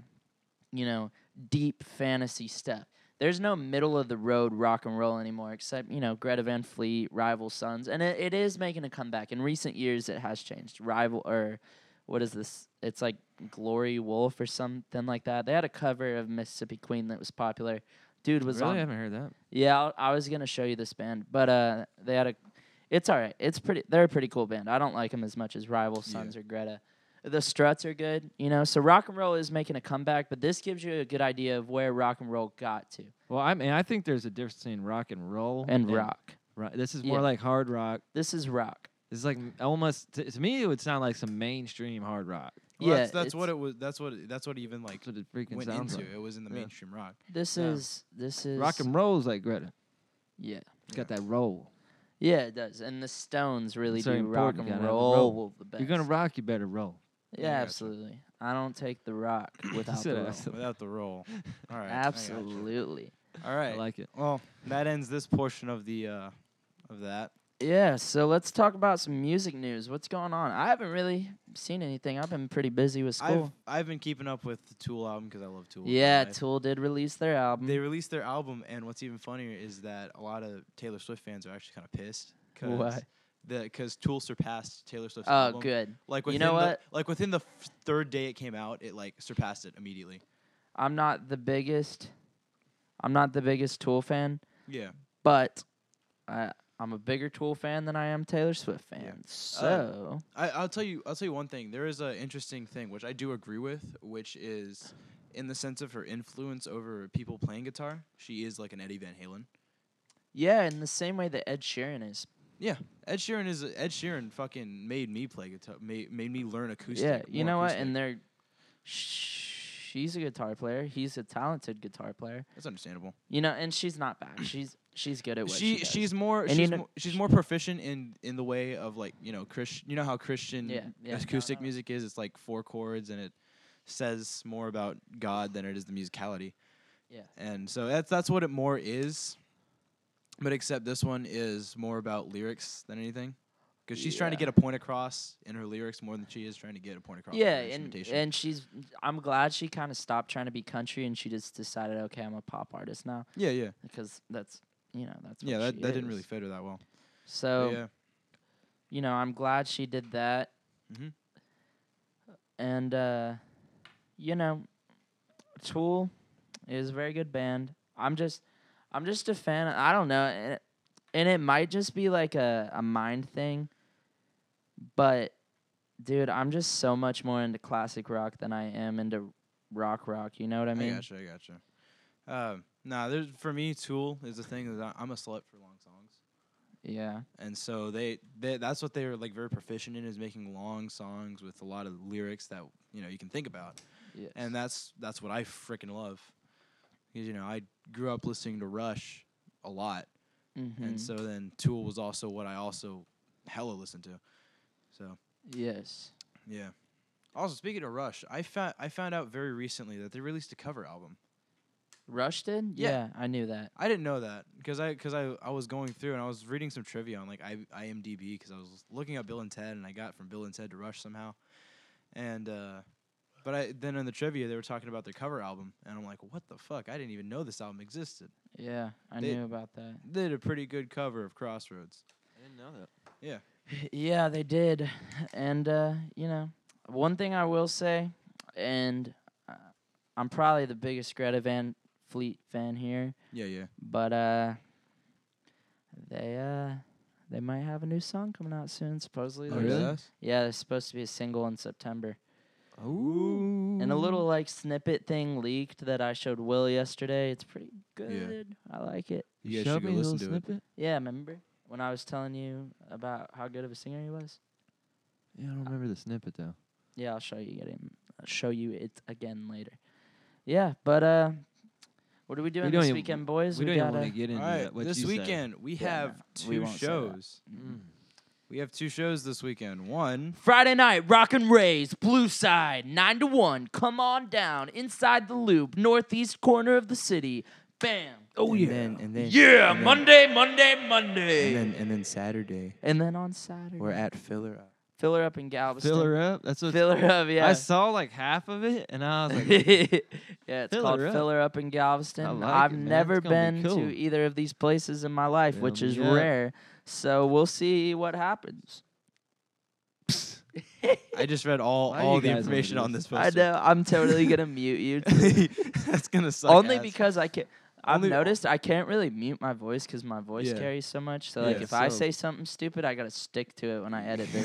[SPEAKER 2] you know, deep fantasy stuff. There's no middle of the road rock and roll anymore, except you know Greta Van Fleet, Rival Sons, and it, it is making a comeback. In recent years, it has changed. Rival or what is this? It's like Glory Wolf or something like that. They had a cover of Mississippi Queen that was popular. Dude was
[SPEAKER 1] really
[SPEAKER 2] on
[SPEAKER 1] haven't heard that.
[SPEAKER 2] yeah, I'll, I was gonna show you this band, but uh, they had a. It's all right. It's pretty. They're a pretty cool band. I don't like them as much as Rival
[SPEAKER 3] Yeah.
[SPEAKER 2] Sons or Greta. The Struts are good, you know. So rock and roll is making a comeback, but this gives you a good idea of where rock and roll got to
[SPEAKER 1] Well, I mean, I think there's a difference between rock and roll
[SPEAKER 2] and rock.
[SPEAKER 1] Ro- this is more
[SPEAKER 2] Yeah.
[SPEAKER 1] like hard rock.
[SPEAKER 2] This is rock.
[SPEAKER 1] This is like m- almost to, to me, it would sound like some mainstream hard rock.
[SPEAKER 3] Well,
[SPEAKER 2] yeah,
[SPEAKER 3] that's, that's what
[SPEAKER 2] it's-
[SPEAKER 3] it was. That's what. it- That's what even like
[SPEAKER 1] That's what it freaking
[SPEAKER 3] went
[SPEAKER 1] sounds
[SPEAKER 3] into.
[SPEAKER 1] like.
[SPEAKER 3] It was in the
[SPEAKER 1] Yeah.
[SPEAKER 3] mainstream rock.
[SPEAKER 2] This
[SPEAKER 1] yeah.
[SPEAKER 2] is. This is
[SPEAKER 1] Rock and roll is like Greta.
[SPEAKER 2] Yeah,
[SPEAKER 1] It's got that roll.
[SPEAKER 2] yeah, it does. And the Stones really
[SPEAKER 1] It's very
[SPEAKER 2] do rock
[SPEAKER 1] important,
[SPEAKER 2] and
[SPEAKER 1] you gotta
[SPEAKER 2] roll,
[SPEAKER 1] have the roll.
[SPEAKER 2] the
[SPEAKER 1] If
[SPEAKER 2] best.
[SPEAKER 1] you're gonna rock, you better roll.
[SPEAKER 2] Yeah,
[SPEAKER 3] I gotcha.
[SPEAKER 2] absolutely. I don't take the rock without
[SPEAKER 1] said
[SPEAKER 2] the
[SPEAKER 1] it, I
[SPEAKER 2] roll.
[SPEAKER 1] said-
[SPEAKER 3] Without the roll. All right. I got you.
[SPEAKER 2] Absolutely.
[SPEAKER 3] All right.
[SPEAKER 1] I like it.
[SPEAKER 3] Well, that ends this portion of the uh, of that.
[SPEAKER 2] Yeah, so let's talk about some music news. What's going on? I haven't really seen anything. I've been pretty busy with school.
[SPEAKER 3] I've I've been keeping up with the Tool album because I love Tool.
[SPEAKER 2] yeah,
[SPEAKER 3] Tool.
[SPEAKER 2] Tool did release their album.
[SPEAKER 3] They released their album, and what's even funnier is that a lot of Taylor Swift fans are actually kind of pissed. Cause
[SPEAKER 2] Why?
[SPEAKER 3] Because Tool surpassed Taylor Swift's
[SPEAKER 2] oh,
[SPEAKER 3] album.
[SPEAKER 2] good.
[SPEAKER 3] Like
[SPEAKER 2] You
[SPEAKER 3] within
[SPEAKER 2] know
[SPEAKER 3] the,
[SPEAKER 2] what?
[SPEAKER 3] Like within the f- third day it came out, it like surpassed it immediately.
[SPEAKER 2] I'm not the biggest. I'm not the biggest Tool fan,
[SPEAKER 3] Yeah.
[SPEAKER 2] but I, I'm a bigger Tool fan than I am Taylor Swift fan.
[SPEAKER 3] Yeah. Uh,
[SPEAKER 2] So
[SPEAKER 3] I, I'll tell you. I'll tell you one thing. There is an interesting thing which I do agree with, which is in the sense of her influence over people playing guitar. She is like an Eddie Van Halen.
[SPEAKER 2] yeah, in the same way that Ed Sheeran is.
[SPEAKER 3] Ed Sheeran is Ed Sheeran. Fucking made me play guitar. Made, made me learn acoustic.
[SPEAKER 2] yeah, you
[SPEAKER 3] more
[SPEAKER 2] know what?
[SPEAKER 3] acoustic.
[SPEAKER 2] And they're. She's a guitar player. He's a talented guitar player.
[SPEAKER 3] that's understandable.
[SPEAKER 2] You know, and she's not bad. She's she's good at what
[SPEAKER 3] she
[SPEAKER 2] she, does.
[SPEAKER 3] she's more
[SPEAKER 2] And
[SPEAKER 3] she's,
[SPEAKER 2] you know-
[SPEAKER 3] more she's more proficient in in the way of like you know Chris you know how Christian
[SPEAKER 2] Yeah, yeah, no,
[SPEAKER 3] acoustic
[SPEAKER 2] no.
[SPEAKER 3] music is it's like four chords and it says more about God than it is the musicality.
[SPEAKER 2] Yeah.
[SPEAKER 3] And so that's that's what it more is. But except this one is more about lyrics than anything. Cuz she's trying to
[SPEAKER 2] Yeah.
[SPEAKER 3] get a point across in her lyrics more than she is trying to get a point across in her
[SPEAKER 2] yeah, and
[SPEAKER 3] instrumentation.
[SPEAKER 2] and she's. I'm glad she kind of stopped trying to be country and she just decided, okay, I'm a pop artist now
[SPEAKER 3] yeah, yeah.
[SPEAKER 2] because that's you know that's what
[SPEAKER 3] Yeah, that,
[SPEAKER 2] she
[SPEAKER 3] that didn't really
[SPEAKER 2] is.
[SPEAKER 3] fit her that well. But
[SPEAKER 2] So
[SPEAKER 3] yeah.
[SPEAKER 2] you know, I'm glad she did that.
[SPEAKER 3] Mhm.
[SPEAKER 2] And uh, you know, Tool is a very good band. I'm just, I'm just a fan. I don't know, and it, and it might just be like a a mind thing, but dude, I'm just so much more into classic rock than I am into rock rock. You know what I
[SPEAKER 3] I,
[SPEAKER 2] mean?
[SPEAKER 3] gotcha, I gotcha. Um, nah, there's for me Tool is the thing that I- I'm a slut for long songs.
[SPEAKER 2] Yeah.
[SPEAKER 3] and so they, they that's what they were like very proficient in is making long songs with a lot of lyrics that you know you can think about
[SPEAKER 2] Yes.
[SPEAKER 3] and that's that's what i freaking love because you know i grew up listening to rush a lot
[SPEAKER 2] Mhm.
[SPEAKER 3] and so then tool was also what i also hella listened to so
[SPEAKER 2] yes.
[SPEAKER 3] yeah also speaking of rush i found i found out very recently that they released a cover album
[SPEAKER 2] Rush did?
[SPEAKER 3] Yeah.
[SPEAKER 2] I knew that.
[SPEAKER 3] I didn't know that because I because I, I was going through and I was reading some trivia on like I, IMDb because I was looking up Bill and Ted and I got from Bill and Ted to Rush somehow, and uh, but I then in the trivia they were talking about their cover album and I'm like what the fuck I didn't even know this album existed.
[SPEAKER 2] Yeah, I
[SPEAKER 3] They-
[SPEAKER 2] knew about that.
[SPEAKER 3] They did a pretty good cover of Crossroads.
[SPEAKER 1] I didn't know that.
[SPEAKER 2] Yeah, they did. And, uh, you know, one thing I will say, and uh, I'm probably the biggest Greta Van Fleet fan here,
[SPEAKER 3] Yeah, yeah.
[SPEAKER 2] but uh, they uh, they might have a new song coming out soon, supposedly.
[SPEAKER 1] Oh,
[SPEAKER 2] there's-
[SPEAKER 1] really?
[SPEAKER 2] Yeah, there's supposed to be a single in September.
[SPEAKER 1] Ooh.
[SPEAKER 2] And a little, like, snippet thing leaked that I showed Will yesterday. It's pretty good. I like it.
[SPEAKER 3] You guys
[SPEAKER 1] Show
[SPEAKER 3] should go
[SPEAKER 1] me a
[SPEAKER 3] listen
[SPEAKER 1] little
[SPEAKER 3] to it.
[SPEAKER 1] snippet.
[SPEAKER 2] Yeah, remember when I was telling you about how good of a singer he was?
[SPEAKER 1] Yeah, I don't remember the snippet though.
[SPEAKER 2] Yeah, I'll show you it. in- I'll show you it again later. Yeah, but uh, what are we doing
[SPEAKER 1] don't
[SPEAKER 2] this
[SPEAKER 1] even-
[SPEAKER 2] weekend, boys?
[SPEAKER 1] we don't even
[SPEAKER 2] gotta-
[SPEAKER 1] want to get into
[SPEAKER 3] All right,
[SPEAKER 1] that. What
[SPEAKER 3] this
[SPEAKER 1] you said.
[SPEAKER 3] weekend we
[SPEAKER 2] Yeah,
[SPEAKER 3] have
[SPEAKER 2] no, we
[SPEAKER 3] two
[SPEAKER 2] won't say that.
[SPEAKER 3] shows.
[SPEAKER 2] Mm.
[SPEAKER 3] We have two shows this weekend. One,
[SPEAKER 2] Friday night, rock and raise, blue side, nine to one. Come on down, inside the loop, northeast corner of the city. Bam. Oh
[SPEAKER 3] and
[SPEAKER 2] yeah.
[SPEAKER 3] then and then
[SPEAKER 2] yeah,
[SPEAKER 3] and then-
[SPEAKER 2] Monday, Monday, Monday.
[SPEAKER 3] and then and then Saturday
[SPEAKER 2] And then on Saturday,
[SPEAKER 3] we're at Filler Up.
[SPEAKER 2] fill her up in Galveston.
[SPEAKER 1] Fill her up. That's what
[SPEAKER 2] Fill her up, yeah.
[SPEAKER 1] I saw like half of it, and I was like,
[SPEAKER 2] yeah, it's
[SPEAKER 1] Fill
[SPEAKER 2] called
[SPEAKER 1] her up.
[SPEAKER 2] Filler Up in Galveston.
[SPEAKER 1] I like
[SPEAKER 2] I've
[SPEAKER 1] it, man.
[SPEAKER 2] never
[SPEAKER 1] It's gonna
[SPEAKER 2] been
[SPEAKER 1] be
[SPEAKER 2] to
[SPEAKER 1] cool.
[SPEAKER 2] either of these places in my life,
[SPEAKER 1] Fill
[SPEAKER 2] which
[SPEAKER 1] me
[SPEAKER 2] is
[SPEAKER 1] up.
[SPEAKER 2] rare. So we'll see what happens.
[SPEAKER 3] I just read all,
[SPEAKER 1] Why do
[SPEAKER 3] all
[SPEAKER 1] you
[SPEAKER 3] the
[SPEAKER 1] guys wanna
[SPEAKER 3] information
[SPEAKER 1] do
[SPEAKER 3] on this
[SPEAKER 1] this?
[SPEAKER 2] I
[SPEAKER 3] poster.
[SPEAKER 2] know I'm totally gonna mute you.
[SPEAKER 3] That's gonna suck.
[SPEAKER 2] Only
[SPEAKER 3] ass.
[SPEAKER 2] because I can't. I've
[SPEAKER 3] Only-
[SPEAKER 2] noticed I can't really mute my voice because my voice
[SPEAKER 3] Yeah.
[SPEAKER 2] carries so much. So
[SPEAKER 3] Yeah,
[SPEAKER 2] like, if I
[SPEAKER 1] so-
[SPEAKER 2] say something stupid, I gotta stick to it when I edit this.